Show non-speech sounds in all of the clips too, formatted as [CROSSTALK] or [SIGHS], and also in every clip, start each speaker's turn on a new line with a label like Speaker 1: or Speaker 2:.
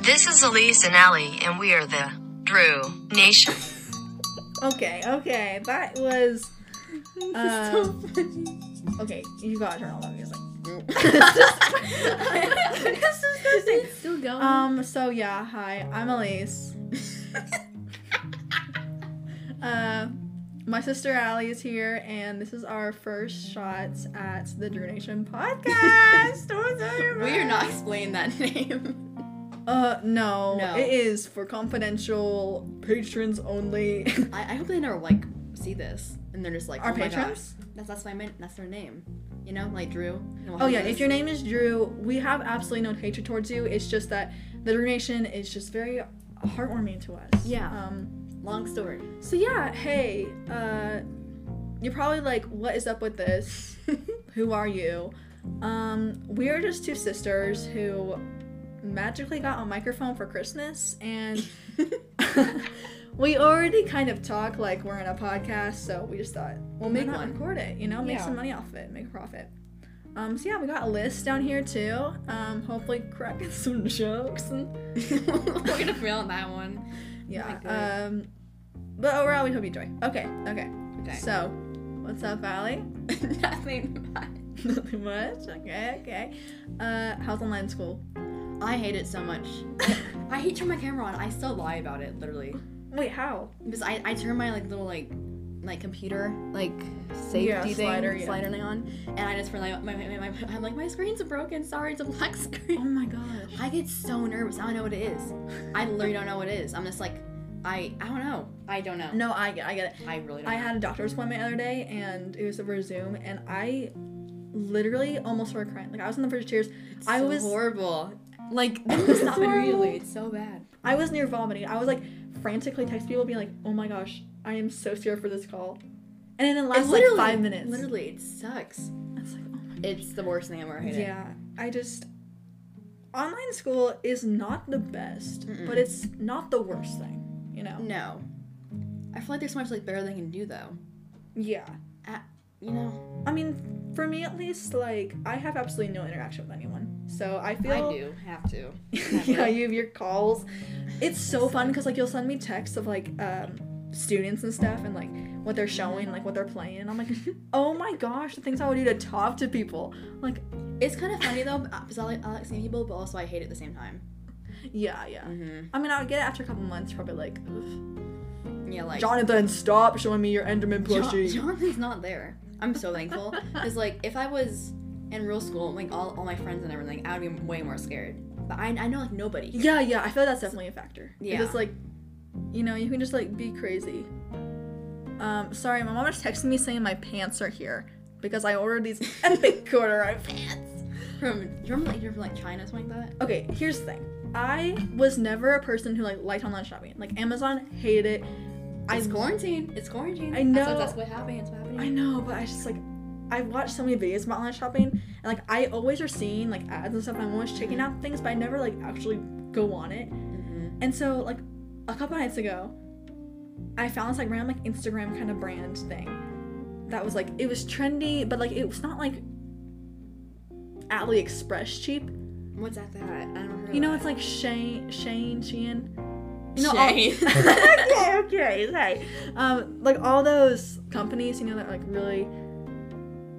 Speaker 1: This is Elise and Allie, and we are the Drew Nation.
Speaker 2: Okay, okay. That
Speaker 3: [LAUGHS]
Speaker 2: was.
Speaker 3: so
Speaker 2: Um, okay, you gotta turn on the
Speaker 3: [LAUGHS]
Speaker 2: music.
Speaker 3: this is the thing. Still going.
Speaker 2: Um, so yeah, hi, I'm
Speaker 3: [LAUGHS]
Speaker 2: Elise. uh, my sister Allie is here, and this is our first shots at the Drew Nation
Speaker 3: [LAUGHS]
Speaker 2: podcast. What's up,
Speaker 3: we are
Speaker 2: everybody?
Speaker 3: not [LAUGHS] explaining that name.
Speaker 2: Uh, no,
Speaker 3: No.
Speaker 2: It is for confidential patrons only. [LAUGHS]
Speaker 3: I, I hope they never like see this and they're just like,
Speaker 2: our
Speaker 3: oh my gosh,
Speaker 2: patrons?
Speaker 3: that's that's my min- that's their name. You know, like Drew. No,
Speaker 2: Oh yeah,
Speaker 3: Elise.
Speaker 2: if your name is Drew, we have absolutely no hatred towards you. It's just that the Drew Nation is just very heartwarming to us.
Speaker 3: Yeah.
Speaker 2: Um.
Speaker 3: long [LAUGHS] story.
Speaker 2: So yeah, hey, uh you're probably like, what is up with [LAUGHS] this? who are you? Um, we are just two sisters who magically got a microphone for Christmas [LAUGHS] and we already kind of talk like we're in a podcast, so we just thought we'll
Speaker 3: Why
Speaker 2: make
Speaker 3: not?
Speaker 2: one record it, you know, make
Speaker 3: Yeah.
Speaker 2: some money off of it, make a profit. Um, so yeah, we got a list down here too. Um, hopefully cracking [LAUGHS] some jokes and
Speaker 3: We're gonna fail on that one.
Speaker 2: yeah.
Speaker 3: Like the-
Speaker 2: Um, but overall, we hope you enjoy. Okay, okay.
Speaker 3: Okay.
Speaker 2: So, what's up, Allie? [LAUGHS]
Speaker 3: [LAUGHS] Nothing. much.
Speaker 2: Nothing much. Okay, okay. Uh, how's online school?
Speaker 3: I hate it so much. [LAUGHS] I hate turning my camera on. I still lie about it, literally.
Speaker 2: Wait, how?
Speaker 3: Because I, I turn my like little like like computer like safety
Speaker 2: Yeah,
Speaker 3: thing
Speaker 2: slider,
Speaker 3: slider,
Speaker 2: yeah.
Speaker 3: thing on, and I just turn like my, my, my, my- I'm like my screen's broken. Sorry, it's a black [LAUGHS]
Speaker 2: Oh
Speaker 3: screen.
Speaker 2: my gosh.
Speaker 3: I get so nervous. I don't know what it is. I literally don't know what it is. I'm just like I I don't know. I don't know.
Speaker 2: No, I get, I get it.
Speaker 3: I really don't.
Speaker 2: I
Speaker 3: know.
Speaker 2: had a doctor's appointment the other day, and it was over Zoom, and I literally almost started crying. Like I was in the first tears.
Speaker 3: It's
Speaker 2: I
Speaker 3: so
Speaker 2: was-
Speaker 3: horrible. [LAUGHS] Like
Speaker 2: It's [LAUGHS]
Speaker 3: this is not
Speaker 2: horrible.
Speaker 3: really. It's so bad.
Speaker 2: I was near vomiting. I was like frantically texting people, being like, "Oh my gosh, I am so scared for this call," and then it
Speaker 3: It
Speaker 2: lasted like
Speaker 3: literally-
Speaker 2: five minutes.
Speaker 3: Literally, it sucks.
Speaker 2: I was like, "Oh my
Speaker 3: It's the worst thing I've ever hated.
Speaker 2: Yeah, I just online school is not the best,
Speaker 3: Mm-mm. Mm.
Speaker 2: but it's not the worst thing, you know.
Speaker 3: No. I feel like there's so much like better they can do though.
Speaker 2: Yeah.
Speaker 3: You know.
Speaker 2: I mean, for me at least, like I have absolutely no interaction with anyone, so I feel.
Speaker 3: I do have to.
Speaker 2: [LAUGHS] yeah, you have your calls. It's so fun because like you'll send me texts of like um students and stuff and like what they're showing, like what they're playing, and I'm like, [LAUGHS] oh my gosh, the things I would do to talk to people. Like,
Speaker 3: It's kind of funny though because I like I like seeing people, but also I hate it at the same time.
Speaker 2: yeah, yeah.
Speaker 3: Mm-hmm.
Speaker 2: I mean, I would get it after a couple months, probably like, "Ugh."
Speaker 3: Yeah, like
Speaker 2: Jonathan, stop showing me your Enderman
Speaker 3: Jon-
Speaker 2: plushie.
Speaker 3: Jonathan's not there. I'm so thankful because like if I was in real school, like all, all my friends and everything, I would be way more scared. But I I know like nobody.
Speaker 2: Yeah, yeah, I feel that's definitely a factor.
Speaker 3: Yeah.
Speaker 2: Because like, you know, you can just like be crazy. Um, sorry, my mom just texted me saying my pants are here because I ordered
Speaker 3: [LAUGHS]
Speaker 2: these epic corduroy pants.
Speaker 3: From do you remember like you're from like China or something like that?
Speaker 2: Okay, here's the thing. I was never a person who like liked online shopping. Like Amazon hated it. I
Speaker 3: It's quarantine. It's quarantine.
Speaker 2: I
Speaker 3: That's
Speaker 2: know.
Speaker 3: what, that's what happened. It's what happened.
Speaker 2: I know, but I just like I've watched so many videos about online shopping and like I always are seeing like ads and stuff and I'm always checking out things but I never like actually go on it.
Speaker 3: Mhm.
Speaker 2: And so like a couple nights ago, I found this like random like Instagram kind of brand thing that was like it was trendy, but like it was not like AliExpress cheap.
Speaker 3: What's that? That I don't remember.
Speaker 2: You know,
Speaker 3: that.
Speaker 2: it's like Shane, Shane, Shein. You
Speaker 3: No,
Speaker 2: know, all-
Speaker 3: [LAUGHS]
Speaker 2: okay, okay, okay. Um, like all those companies, you know, that like really,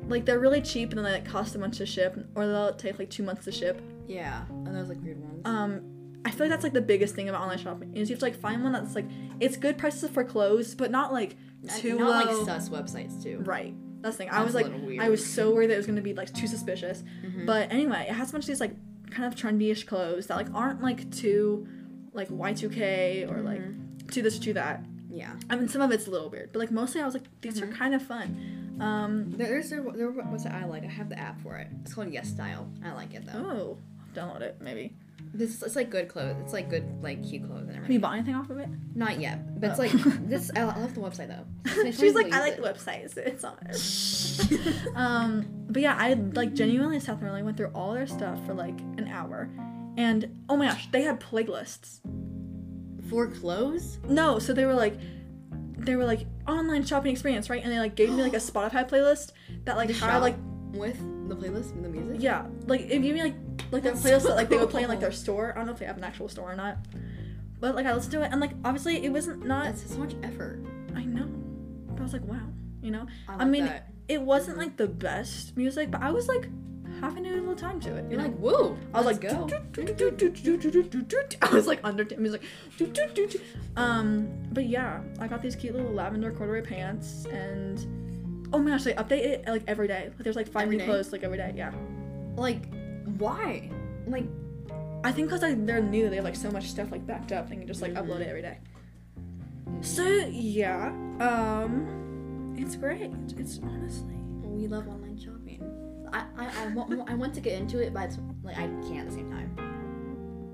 Speaker 2: like they're really cheap and then they like cost a bunch to ship, or they'll take like two months to ship.
Speaker 3: yeah, and those like weird ones.
Speaker 2: um I feel like that's like the biggest thing about online shopping is you have to like find one that's like it's good prices for clothes, but not like
Speaker 3: And
Speaker 2: too
Speaker 3: not
Speaker 2: low.
Speaker 3: like sus websites too.
Speaker 2: right. That's the thing. I
Speaker 3: That's
Speaker 2: was
Speaker 3: a
Speaker 2: like
Speaker 3: little
Speaker 2: I
Speaker 3: weird. Mm-hmm.
Speaker 2: was so worried that it was gonna be like too suspicious. But anyway, it has a bunch of these like kind of trendy-ish clothes that like aren't like too like Y2K or like
Speaker 3: Mm-hmm.
Speaker 2: to this to that.
Speaker 3: Yeah,
Speaker 2: I mean some of it's a little weird, but like mostly I was like, these
Speaker 3: Mm-hmm.
Speaker 2: are kind of fun. Um
Speaker 3: there, there's there, there what's it I like. I have the app for it. It's called Yes Style. I like it though.
Speaker 2: oh download it maybe.
Speaker 3: This it's like good clothes. It's like good like cute clothes and
Speaker 2: Have you
Speaker 3: everything.
Speaker 2: bought anything off of it?
Speaker 3: Not yet, but it's
Speaker 2: Oh.
Speaker 3: like [LAUGHS] this. I, I love the website [LAUGHS] though.
Speaker 2: She's like, I like the website, so it's on it. [LAUGHS]
Speaker 3: website.
Speaker 2: Um, but yeah, I like genuinely sat there and like went through all their stuff for like an hour. And oh my gosh, they had playlists.
Speaker 3: for clothes.
Speaker 2: No, so they were like they were [GASPS] like online shopping experience, right? And they like gave me like a Spotify playlist that like
Speaker 3: The
Speaker 2: had
Speaker 3: shop
Speaker 2: like
Speaker 3: with the The playlist, the music.
Speaker 2: Yeah, like if you mean like like their
Speaker 3: That's
Speaker 2: playlist
Speaker 3: so
Speaker 2: that like they would play in like their
Speaker 3: cool.
Speaker 2: store. I don't know if they have an actual store or not. But like I listened to it and like obviously it wasn't not
Speaker 3: That's so much effort.
Speaker 2: I know. But I was like, wow, you know?
Speaker 3: I,
Speaker 2: I,
Speaker 3: like
Speaker 2: mean
Speaker 3: that.
Speaker 2: it wasn't like the best music, but I was like having a little time to it. You
Speaker 3: you're
Speaker 2: know?
Speaker 3: like, whoa.
Speaker 2: I was like,
Speaker 3: let's go.
Speaker 2: [LAUGHS] I was like under t- music. Um, but yeah, I got these cute little lavender corduroy pants, and oh my gosh, they update it like every day. Like there's like five
Speaker 3: Every
Speaker 2: new
Speaker 3: day?
Speaker 2: clothes like every day. Yeah,
Speaker 3: Like, why? Like,
Speaker 2: I think because like, they're new, they have like so much stuff like backed up, and you just like
Speaker 3: Mm-hmm.
Speaker 2: upload it every day. So yeah, um, it's great. It's honestly,
Speaker 3: we love online shopping. I I, I, want, I want to get into it, but it's, like I can't at the same time.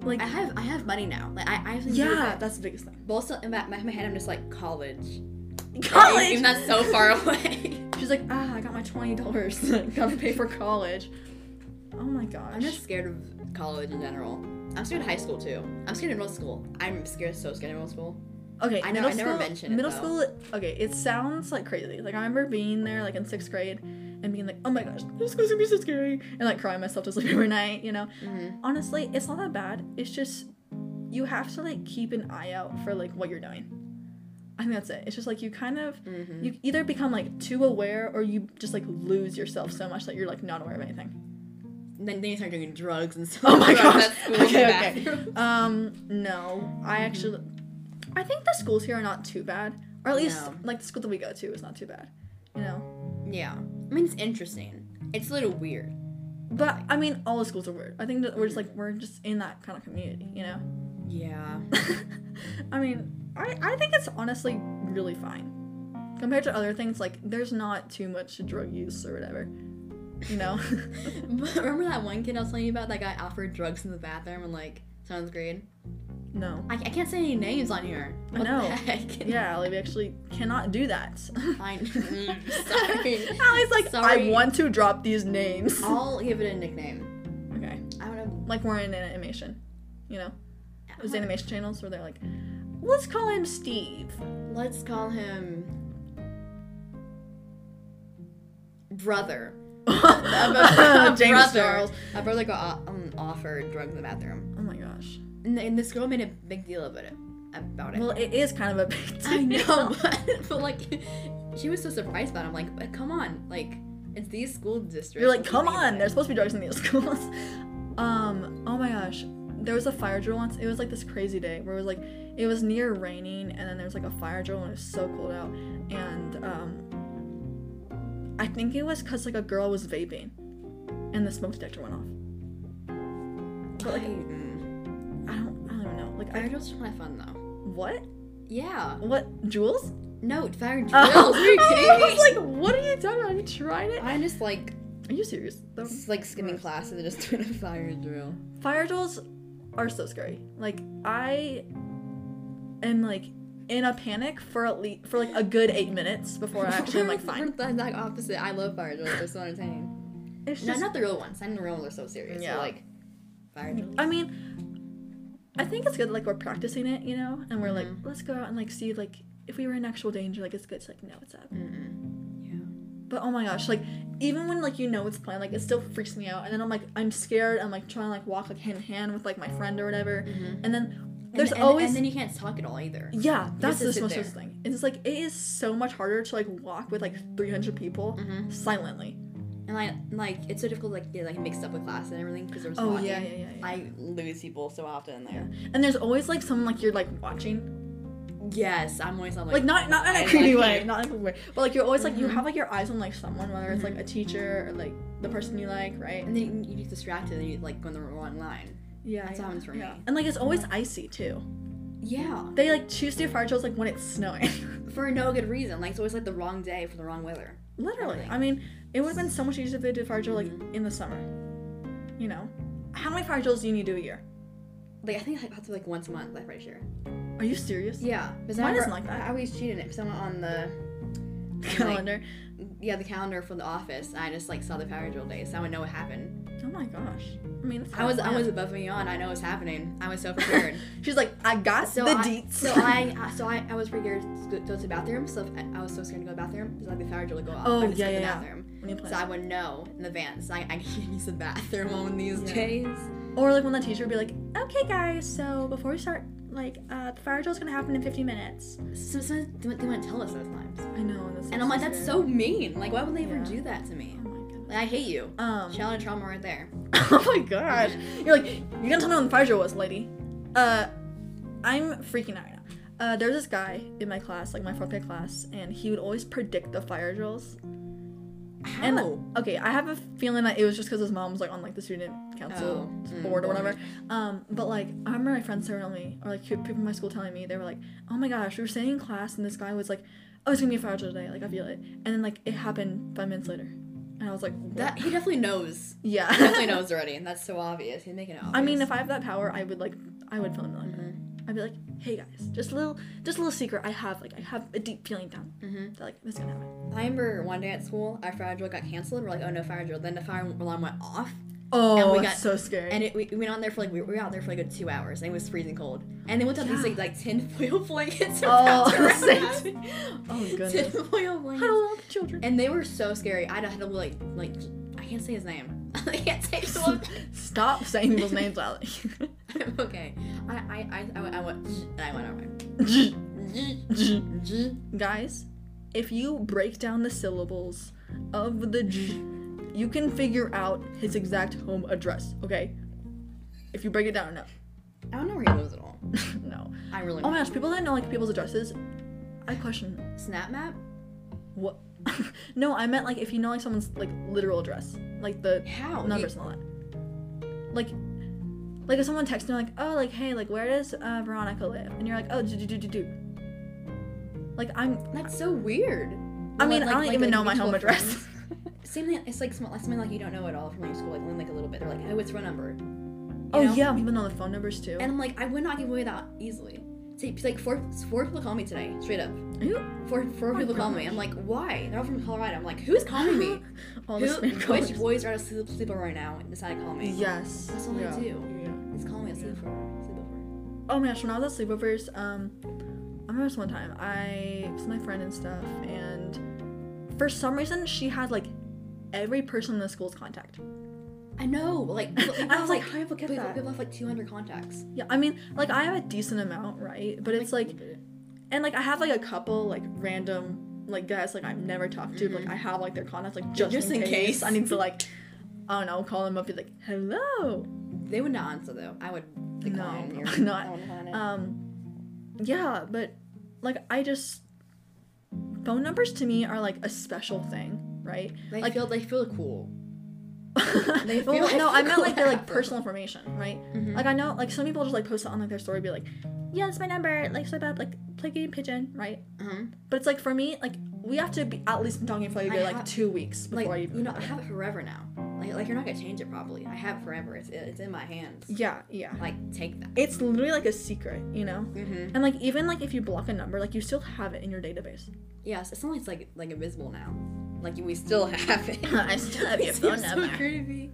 Speaker 2: like
Speaker 3: I have I have money now. Like I I have something to do with
Speaker 2: yeah,
Speaker 3: it.
Speaker 2: that's the biggest
Speaker 3: [LAUGHS]
Speaker 2: thing.
Speaker 3: But also in my, my my head, I'm just like college.
Speaker 2: College.
Speaker 3: Even that's so far [LAUGHS] away.
Speaker 2: She's like, ah, I got my twenty dollars. [LAUGHS] Gotta pay for college. Oh my gosh.
Speaker 3: I'm just scared of college in general. I'm scared of high school too. I'm scared of middle school. I'm scared, so scared of middle school.
Speaker 2: okay.
Speaker 3: I know-
Speaker 2: middle
Speaker 3: I never
Speaker 2: school-
Speaker 3: mentioned it,
Speaker 2: Middle
Speaker 3: though.
Speaker 2: school. Okay, it sounds like crazy. Like I remember being there, like in sixth grade, and being like, oh my gosh, this school's gonna be so scary, and like crying myself to sleep [LAUGHS] every night. You know.
Speaker 3: Mm-hmm.
Speaker 2: Honestly, it's not that bad. It's just you have to like keep an eye out for like what you're doing. I think that's it. It's just like you kind of
Speaker 3: Mm-hmm.
Speaker 2: you either become like too aware or you just like lose yourself so much that you're like not aware of anything.
Speaker 3: And then then you start doing drugs and [LAUGHS] stuff.
Speaker 2: Oh my
Speaker 3: Drugs
Speaker 2: gosh.
Speaker 3: at school in the
Speaker 2: Okay, okay.
Speaker 3: bathroom.
Speaker 2: Um, no. I actually I think the schools here are not too bad. Or at least
Speaker 3: No.
Speaker 2: like the school that we go to is not too bad. You know?
Speaker 3: [LAUGHS] Yeah. I mean, it's interesting. It's a little weird.
Speaker 2: But I mean all the schools are weird. I think that we're just like we're just in that kind of community, you know? [LAUGHS]
Speaker 3: Yeah. [LAUGHS]
Speaker 2: I mean, I, I think it's honestly really fine. Compared to other things, like there's not too much drug use or whatever. You know? [LAUGHS]
Speaker 3: But remember that one kid I was telling you about that got offered drugs in the bathroom in like seventh grade?
Speaker 2: no.
Speaker 3: I, I can't say any names on here.
Speaker 2: I
Speaker 3: What
Speaker 2: know.
Speaker 3: The heck? [LAUGHS]
Speaker 2: Yeah, like we actually cannot do that. [LAUGHS]
Speaker 3: I [LAUGHS] sorry.
Speaker 2: Allie's like,
Speaker 3: Sorry.
Speaker 2: I want to drop these names.
Speaker 3: I'll give it a nickname.
Speaker 2: [LAUGHS] Okay.
Speaker 3: I don't know.
Speaker 2: like we're in animation, you know? It
Speaker 3: Uh-huh.
Speaker 2: was animation channels where they're like, let's call him Steve. [LAUGHS]
Speaker 3: Let's call him brother.
Speaker 2: [LAUGHS]
Speaker 3: [LAUGHS]
Speaker 2: James
Speaker 3: brother.
Speaker 2: Charles.
Speaker 3: A brother got o- um, offered drugs in the bathroom,
Speaker 2: Oh my gosh.
Speaker 3: and, and this girl made a big deal about it. About it.
Speaker 2: Well, it is kind of a big deal. [LAUGHS]
Speaker 3: [LAUGHS] I know, but, but like, she was so surprised about. It. I'm like, but come on, like, it's these school districts.
Speaker 2: You're like,
Speaker 3: let's
Speaker 2: come
Speaker 3: think
Speaker 2: on,
Speaker 3: about
Speaker 2: there's
Speaker 3: it."
Speaker 2: supposed to be drugs in these schools. [LAUGHS] Um, oh my gosh. There was a fire drill once. It was like this crazy day where it was like it was near raining and then there was like a fire drill and it was so cold out. And um I think it was cause like a girl was vaping and the smoke detector went off.
Speaker 3: But like, mm,
Speaker 2: I don't I don't even know. Like
Speaker 3: fire
Speaker 2: I
Speaker 3: drills are kind of fun though.
Speaker 2: what?
Speaker 3: Yeah.
Speaker 2: What [LAUGHS] Jules?
Speaker 3: No, fire drills.
Speaker 2: Oh,
Speaker 3: Are
Speaker 2: [LAUGHS]
Speaker 3: you
Speaker 2: I
Speaker 3: kidding
Speaker 2: was
Speaker 3: me?
Speaker 2: like, what are you talking about? Have you tried it?
Speaker 3: I'm just like,
Speaker 2: Are you serious? The
Speaker 3: s- like skimming classes and just doing a fire drill.
Speaker 2: fire drills are so scary. Like I am like in a panic for at least for like a good eight minutes before I actually am [LAUGHS] like
Speaker 3: We're
Speaker 2: fine.
Speaker 3: the exact opposite. I love fire drills. They're so [SIGHS] entertaining.
Speaker 2: It's
Speaker 3: no,
Speaker 2: just-
Speaker 3: not the real ones. I know the real ones are so serious. Yeah.
Speaker 2: Yeah.
Speaker 3: like, fire drills.
Speaker 2: I mean, I think it's good. Like we're practicing it, you know, and we're like, let's go out and like see like if we were in actual danger. Like it's good to like know what's up.
Speaker 3: Yeah.
Speaker 2: But oh my gosh, like even when like you know it's planned, like it still freaks me out. And then I'm like I'm scared. I'm like trying to like walk like hand in hand with like my friend or whatever. And then there's
Speaker 3: Mm-hmm. and, and-
Speaker 2: always
Speaker 3: And then you can't talk at all either.
Speaker 2: yeah, that's
Speaker 3: just
Speaker 2: the
Speaker 3: sit
Speaker 2: most
Speaker 3: there.
Speaker 2: stressful thing. It's like it is so much harder to like walk with like 300 people
Speaker 3: Mm-hmm.
Speaker 2: silently.
Speaker 3: And I like it's so difficult like get like mixed up with class and everything because there's
Speaker 2: Oh,
Speaker 3: walking.
Speaker 2: yeah, yeah, yeah, yeah.
Speaker 3: I lose people so often there.
Speaker 2: And there's always like someone like you're like watching,
Speaker 3: Yes, I'm always like,
Speaker 2: like not not in
Speaker 3: I
Speaker 2: a creepy
Speaker 3: like Mm-hmm.
Speaker 2: way,
Speaker 3: you.
Speaker 2: not in a creepy way, but like you're always like you have like your eyes on like someone, whether it's like
Speaker 3: Mm-hmm.
Speaker 2: a teacher or like the person you like, right?
Speaker 3: and then you get distracted and you like go in the wrong line.
Speaker 2: Yeah,
Speaker 3: That's what happens for me.
Speaker 2: And like it's always icy too.
Speaker 3: Yeah,
Speaker 2: They like choose to do fire drills like when it's snowing. [LAUGHS]
Speaker 3: for no good reason. Like it's always like the wrong day for the wrong weather.
Speaker 2: Literally.
Speaker 3: Everything.
Speaker 2: I mean, it would have been so much easier if they did fire drill like in the summer. You know, how many fire drills do you need to do a year?
Speaker 3: Like I think I have to like once a month. Like pretty sure.
Speaker 2: Are you serious? [LAUGHS]
Speaker 3: Yeah, because
Speaker 2: Mine
Speaker 3: I remember-
Speaker 2: isn't like that.
Speaker 3: I always cheated it because I went on the
Speaker 2: Calendar.
Speaker 3: yeah the calendar for the office. And I just like saw the power drill day, so I would know what happened.
Speaker 2: Oh my gosh. I mean, it's
Speaker 3: I was I
Speaker 2: kinda
Speaker 3: was
Speaker 2: bad.
Speaker 3: above and beyond. I know what's happening. I was
Speaker 2: [LAUGHS]
Speaker 3: so prepared.
Speaker 2: She's like, I got
Speaker 3: So
Speaker 2: the
Speaker 3: I,
Speaker 2: deets.
Speaker 3: So
Speaker 2: [LAUGHS]
Speaker 3: I, I- so I, I was prepared to go to the bathroom. So if I, I was so scared to go to the bathroom. So like the fire drill would go off.
Speaker 2: Oh,
Speaker 3: I just
Speaker 2: yeah,
Speaker 3: go to the
Speaker 2: yeah, yeah.
Speaker 3: bathroom.
Speaker 2: when you play.
Speaker 3: so I would know in advance. I, I can use the bathroom on these
Speaker 2: Yeah.
Speaker 3: days.
Speaker 2: Or like when the teacher would be like, "Okay, guys, so before we start, like, uh, the fire drill's gonna happen in 15 minutes."
Speaker 3: So sometimes they wouldn't- they wouldn't tell us those times.
Speaker 2: I know. That's
Speaker 3: And I'm like, that's so mean. Like, why would they ever
Speaker 2: Yeah.
Speaker 3: do that to me?
Speaker 2: Oh my god.
Speaker 3: Like, I hate you.
Speaker 2: Um.
Speaker 3: Challenge and trauma right there.
Speaker 2: [LAUGHS] oh my gosh. You're like, you're gonna tell me when the fire drill was, lady. Uh, I'm freaking out right now. Uh, there's this guy in my class, like my fourth grade class, and he would always predict the fire drills.
Speaker 3: How?
Speaker 2: And okay, I have a feeling that it was just because his mom was like on like the student council
Speaker 3: Oh, mm,
Speaker 2: board or whatever.
Speaker 3: board.
Speaker 2: Um, but like I remember my friends telling me, or like people in my school telling me, they were like, "Oh my gosh, we were sitting in class and this guy was like, oh, it's gonna be a fire drill today, like I feel it," and then like it happened five minutes later, and I was like, "What?"
Speaker 3: that he definitely knows.
Speaker 2: yeah,
Speaker 3: He definitely knows already, and that's so obvious. He's making it obvious.
Speaker 2: I mean, if I have that power, I would like, I would film it like
Speaker 3: Mm-hmm.
Speaker 2: that. I'd be like, "Hey guys, just a little, just a little secret. I have like, I have a deep feeling down.
Speaker 3: Mhm.
Speaker 2: They're like, this is gonna happen."
Speaker 3: I remember one day at school, our fire drill got canceled. We're like, oh no, fire drill. Then the fire alarm went off,
Speaker 2: Oh,
Speaker 3: we
Speaker 2: that's
Speaker 3: got-
Speaker 2: so scary.
Speaker 3: and it, we, we went on there for like we were out there for like a two hours, and it was freezing cold. And they went up these like like tin [LAUGHS] foil blankets.
Speaker 2: [LAUGHS] Oh, [LAUGHS]
Speaker 3: wrapped around
Speaker 2: same.
Speaker 3: us. [LAUGHS]
Speaker 2: oh
Speaker 3: tin
Speaker 2: goodness.
Speaker 3: foil blankets.
Speaker 2: Hello, children.
Speaker 3: And they were so scary. I had to like like I can't say his name. [LAUGHS] I can't say his name.
Speaker 2: [LAUGHS]
Speaker 3: [LAUGHS]
Speaker 2: Stop saying people's names out.
Speaker 3: I'm okay. I I I, I, went- I went and I
Speaker 2: [LAUGHS]
Speaker 3: went over.
Speaker 2: [LAUGHS] Guys, if you break down the syllables of the J, you can figure out his exact home address, okay? If you break it down enough.
Speaker 3: I don't know where he lives at all.
Speaker 2: no. [LAUGHS]
Speaker 3: I really.
Speaker 2: Oh my gosh, people that know like people's addresses, I question
Speaker 3: Snap map.
Speaker 2: what [LAUGHS] No, I meant like if you know like someone's like literal address. Like the
Speaker 3: How?
Speaker 2: numbers and all that. Like, like if someone texts me like, oh, like hey, like where does uh, Veronica live? And you're like, oh, do do do do do. Like I'm,
Speaker 3: That's so weird.
Speaker 2: I mean, I don't even know my home
Speaker 3: mutual
Speaker 2: address. [LAUGHS]
Speaker 3: friends. [LAUGHS] Same thing. It's like small, something like you don't know at all from like school. Like learn like a little bit. They're like, oh, it's phone number. You
Speaker 2: oh
Speaker 3: know?
Speaker 2: yeah, people know the phone numbers too.
Speaker 3: And I'm like, I would not give away that easily. So, it's like four four people call me today, straight up.
Speaker 2: Are you
Speaker 3: Four
Speaker 2: Oh
Speaker 3: four people call me. I'm like, why? They're all from Colorado. I'm like, who's calling me?
Speaker 2: [LAUGHS] all
Speaker 3: Who,
Speaker 2: this spam
Speaker 3: which
Speaker 2: callers.
Speaker 3: boys are out of sleep, sleepover right now and decide to call me?
Speaker 2: Yes.
Speaker 3: That's all they
Speaker 2: yeah.
Speaker 3: do.
Speaker 2: Yeah.
Speaker 3: It's calling me a sleepover. Sleepover.
Speaker 2: Oh my gosh, when I was at sleepovers, um, I remember this one time I was with my friend and stuff, and for some reason she had like every person in the school's contact.
Speaker 3: [LAUGHS] I know. Like,
Speaker 2: I was like, how do people get
Speaker 3: people,
Speaker 2: that?
Speaker 3: people have like 200 contacts.
Speaker 2: Yeah, I mean, like I have a decent amount, right? But it's like, and like I have like a couple like random like guys like I've never talked to, but like I have like their contacts like just,
Speaker 3: Mm-hmm. Just
Speaker 2: in, case.
Speaker 3: in case.
Speaker 2: I need to like, I don't know, call them up, be like, hello.
Speaker 3: They would not answer though. I
Speaker 2: [LAUGHS]
Speaker 3: would decline.
Speaker 2: No,
Speaker 3: your- [LAUGHS]
Speaker 2: not.
Speaker 3: I wouldn't want it.
Speaker 2: Um, yeah, but like I just phone numbers to me are like a special thing, right?
Speaker 3: they
Speaker 2: like- [LAUGHS]
Speaker 3: feel they feel cool.
Speaker 2: They
Speaker 3: feel like [LAUGHS] Mm-hmm.
Speaker 2: no, I
Speaker 3: they
Speaker 2: meant like they're like
Speaker 3: have them.
Speaker 2: personal information, right? Like I know, like some people just like post it on like their story, be like, yeah, that's my number, like swipe up, like play game pigeon, right?
Speaker 3: Uh-huh.
Speaker 2: But it's like for me, like we have to be at least been talking for like, a
Speaker 3: I
Speaker 2: good, like
Speaker 3: have-
Speaker 2: two weeks before
Speaker 3: Like
Speaker 2: I
Speaker 3: you
Speaker 2: even.
Speaker 3: know, I have it forever now. Like like you're not gonna change it probably. I have it forever. It's it's in my hands.
Speaker 2: yeah, yeah.
Speaker 3: Like take that.
Speaker 2: It's literally like a secret, you know.
Speaker 3: Mm-hmm.
Speaker 2: And like even like if you block a number, like you still have it in your database.
Speaker 3: Yes, it's not like it's like like invisible now. Like we still [LAUGHS] have it.
Speaker 2: [LAUGHS] I still have your
Speaker 3: It
Speaker 2: phone
Speaker 3: seems
Speaker 2: number.
Speaker 3: So creepy.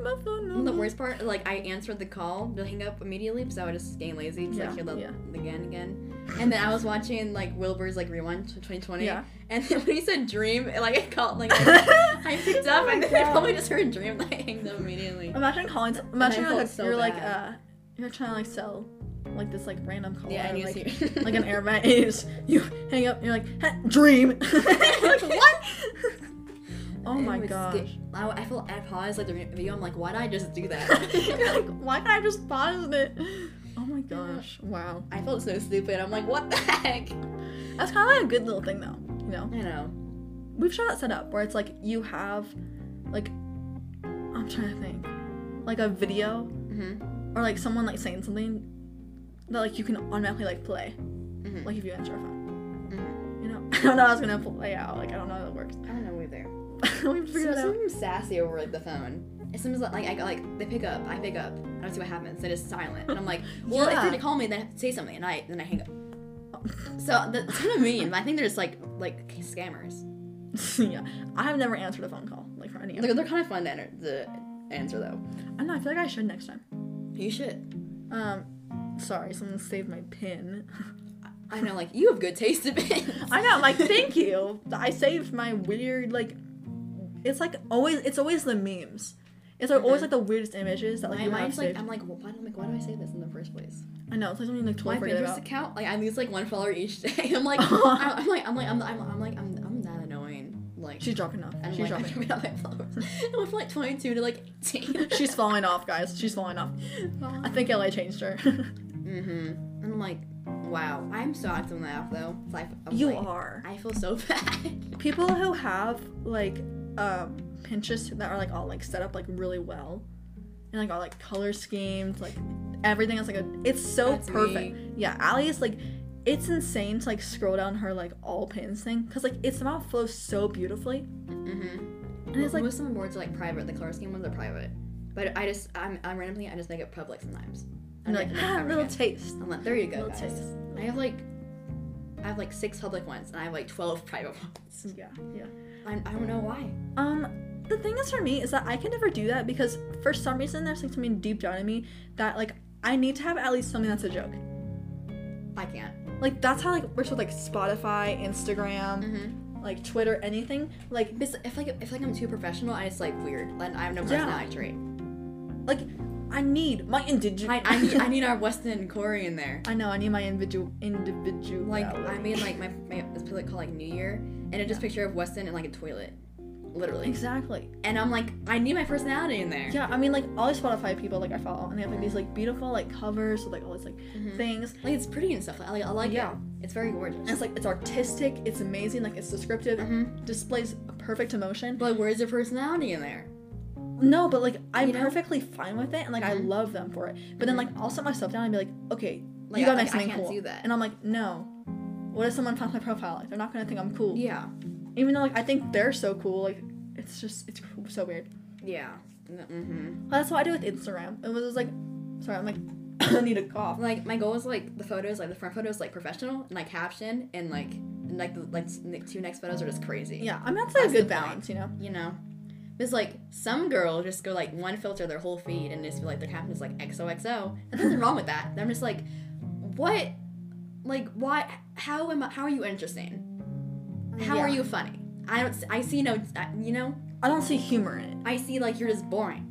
Speaker 2: My phone
Speaker 3: And the
Speaker 2: number.
Speaker 3: worst part, like I answered the call, to hang up immediately because I was just getting lazy, just
Speaker 2: Yeah,
Speaker 3: like hear the
Speaker 2: yeah.
Speaker 3: again, again. And then I was watching like Wilbur's like rewind to 2020,
Speaker 2: Yeah.
Speaker 3: and then when he said dream, it, like I
Speaker 2: [LAUGHS]
Speaker 3: called, like I I picked up,
Speaker 2: Oh my
Speaker 3: and then I
Speaker 2: God.
Speaker 3: probably just heard dream, and I hanged up immediately.
Speaker 2: Imagine calling. s- Imagine
Speaker 3: felt
Speaker 2: like
Speaker 3: so
Speaker 2: you're like uh,
Speaker 3: bad.
Speaker 2: you're trying to like sell, like this like random call.
Speaker 3: yeah,
Speaker 2: or,
Speaker 3: and you
Speaker 2: like,
Speaker 3: see
Speaker 2: [LAUGHS]
Speaker 3: [LAUGHS]
Speaker 2: like an air vent. and You, just- [LAUGHS] you hang up. and You're like "Huh, dream. [LAUGHS] like
Speaker 3: [LAUGHS]
Speaker 2: what? oh
Speaker 3: It
Speaker 2: my
Speaker 3: was sca-
Speaker 2: gosh.
Speaker 3: I, I feel I paused like the video. I'm like, why did I just
Speaker 2: [LAUGHS]
Speaker 3: do [LAUGHS]
Speaker 2: you're
Speaker 3: that?
Speaker 2: like why can't I just pause it? Oh my gosh. Wow.
Speaker 3: I felt so stupid. I'm like, what the heck?
Speaker 2: That's kind of like a good little thing though. You know.
Speaker 3: I know.
Speaker 2: we've tried that set up where it's like you have like I'm trying to think like a video
Speaker 3: Mm-hmm.
Speaker 2: or like someone like saying something that like you can automatically like play
Speaker 3: Mhm.
Speaker 2: like if you answer a phone
Speaker 3: Mhm.
Speaker 2: you know [LAUGHS] I don't know how it's gonna play out like I don't know how that works [LAUGHS]
Speaker 3: I don't know where they're.
Speaker 2: we have to figure
Speaker 3: Some,
Speaker 2: that out
Speaker 3: some of them sassy over like the phone. As soon as like I go, like they pick up, I pick up. I don't see what happens. They're just silent, and I'm [LAUGHS] like, well, if
Speaker 2: Yeah.
Speaker 3: they're to call me, then say something, and I then I hang up. So that's kind of mean. but I think they're just like like scammers.
Speaker 2: [LAUGHS] yeah I have never answered a phone call like for any of
Speaker 3: They're, they're kind of fun to, enter, to answer though.
Speaker 2: I don't know I feel like I should next time
Speaker 3: You should.
Speaker 2: um sorry someone saved my pin [LAUGHS]
Speaker 3: I know, like [LAUGHS] you have good taste in it.
Speaker 2: I know like thank you I saved my weird like it's like always it's always the memes. It's like always
Speaker 3: Mhm.
Speaker 2: like the weirdest images that like
Speaker 3: my
Speaker 2: you have
Speaker 3: mind's like,
Speaker 2: saved.
Speaker 3: I'm like, well, why, like, why do I say this in the first place?
Speaker 2: I know it's like something like
Speaker 3: my
Speaker 2: totally forget
Speaker 3: Pinterest
Speaker 2: about.
Speaker 3: account, like I lose like one follower each [LAUGHS] day. I'm
Speaker 2: [LAUGHS]
Speaker 3: like, I- I'm like, I'm like, I'm, I'm, I'm like, I'm, I'm that annoying. Like,
Speaker 2: She's dropping off.
Speaker 3: and
Speaker 2: She's
Speaker 3: like, [LAUGHS]
Speaker 2: dropping.
Speaker 3: I went up my followers. I went from like 22 to like 18.
Speaker 2: [LAUGHS] She's falling off, guys. She's falling off. I think LA changed her.
Speaker 3: Mm-hmm. [LAUGHS] I'm like, wow. I'm so active on the app though. It's like,
Speaker 2: [LAUGHS]
Speaker 3: I'm
Speaker 2: you
Speaker 3: like,
Speaker 2: are.
Speaker 3: I feel so [LAUGHS] bad.
Speaker 2: People who have like um Pinterest that are like all like set up like really well and like all like color schemed, like everything is like a it's so
Speaker 3: That's
Speaker 2: perfect.
Speaker 3: me.
Speaker 2: Yeah, Ali is like it's insane to like scroll down her like all pins thing because like it somehow flows so beautifully.
Speaker 3: Mm-hmm.
Speaker 2: And it's like
Speaker 3: most of my boards are like private. The color scheme ones are private. But I just, I'm, I'm randomly, I just make it public sometimes.
Speaker 2: and
Speaker 3: I'm
Speaker 2: like [LAUGHS] ah, little taste.
Speaker 3: I'm like, there you go,
Speaker 2: Little
Speaker 3: guys.
Speaker 2: taste.
Speaker 3: I have like, I have like six public ones, and I have like twelve private ones.
Speaker 2: Yeah, yeah.
Speaker 3: I, I don't know why.
Speaker 2: Um, the thing is for me is that I can never do that because for some reason there's like something deep down in me that like I need to have at least something that's a joke.
Speaker 3: I can't.
Speaker 2: Like that's how like works with like Spotify, Instagram,
Speaker 3: Mm-hmm.
Speaker 2: like Twitter, anything. Like
Speaker 3: If like, if like I'm too professional, I just like weird. Like I have no
Speaker 2: Yeah.
Speaker 3: personality trait.
Speaker 2: like I need my individual.
Speaker 3: I, I need, I need our Weston and Corey in there.
Speaker 2: [LAUGHS] I know I need my individual individual.
Speaker 3: Like I made like my my this play called like New Year, and it just picture of Weston in like a toilet, literally.
Speaker 2: exactly.
Speaker 3: And I'm like, I need my personality in there.
Speaker 2: Yeah, I mean like all these Spotify people like I follow and they have like these like beautiful like covers with like all these like
Speaker 3: Mhm.
Speaker 2: things.
Speaker 3: Like it's pretty and stuff. I like I like
Speaker 2: Yeah.
Speaker 3: it. It's very
Speaker 2: And
Speaker 3: gorgeous.
Speaker 2: it's like it's artistic, it's amazing, like it's descriptive,
Speaker 3: hmm
Speaker 2: displays a perfect emotion.
Speaker 3: But like, where's your personality in there?
Speaker 2: No, but like I'm
Speaker 3: You know?
Speaker 2: perfectly fine with it, and like I
Speaker 3: Mhm.
Speaker 2: love them for it. But then
Speaker 3: Mhm.
Speaker 2: like I'll set myself down and be like, okay,
Speaker 3: Like,
Speaker 2: you gotta
Speaker 3: I,
Speaker 2: make
Speaker 3: like, I
Speaker 2: something
Speaker 3: can't
Speaker 2: cool.
Speaker 3: do that.
Speaker 2: And I'm like, no. What if someone finds my profile? Like they're not gonna think I'm cool.
Speaker 3: yeah.
Speaker 2: Even though like I think they're so cool. Like it's just it's cool- so weird.
Speaker 3: Yeah. Mm-hmm.
Speaker 2: That's what I do with Instagram. It was just like, sorry, I'm like, [COUGHS] I need a cough.
Speaker 3: Like my goal is like the photos, like the front photos, like professional and like caption, and like and, like the like s- the two next photos are just crazy.
Speaker 2: Yeah, I'm not saying
Speaker 3: That's
Speaker 2: a good
Speaker 3: the point.
Speaker 2: balance, you know.
Speaker 3: You know, it's like some girl just go like one filter their whole feed and just be like their caption is like XOXO. There's nothing wrong with that. I'm just like, what? Like why? How am I? How are you interesting? How are
Speaker 2: Yeah.
Speaker 3: you funny? I don't. s- I see no. I- You know.
Speaker 2: I don't see humor in it.
Speaker 3: I see like you're just boring.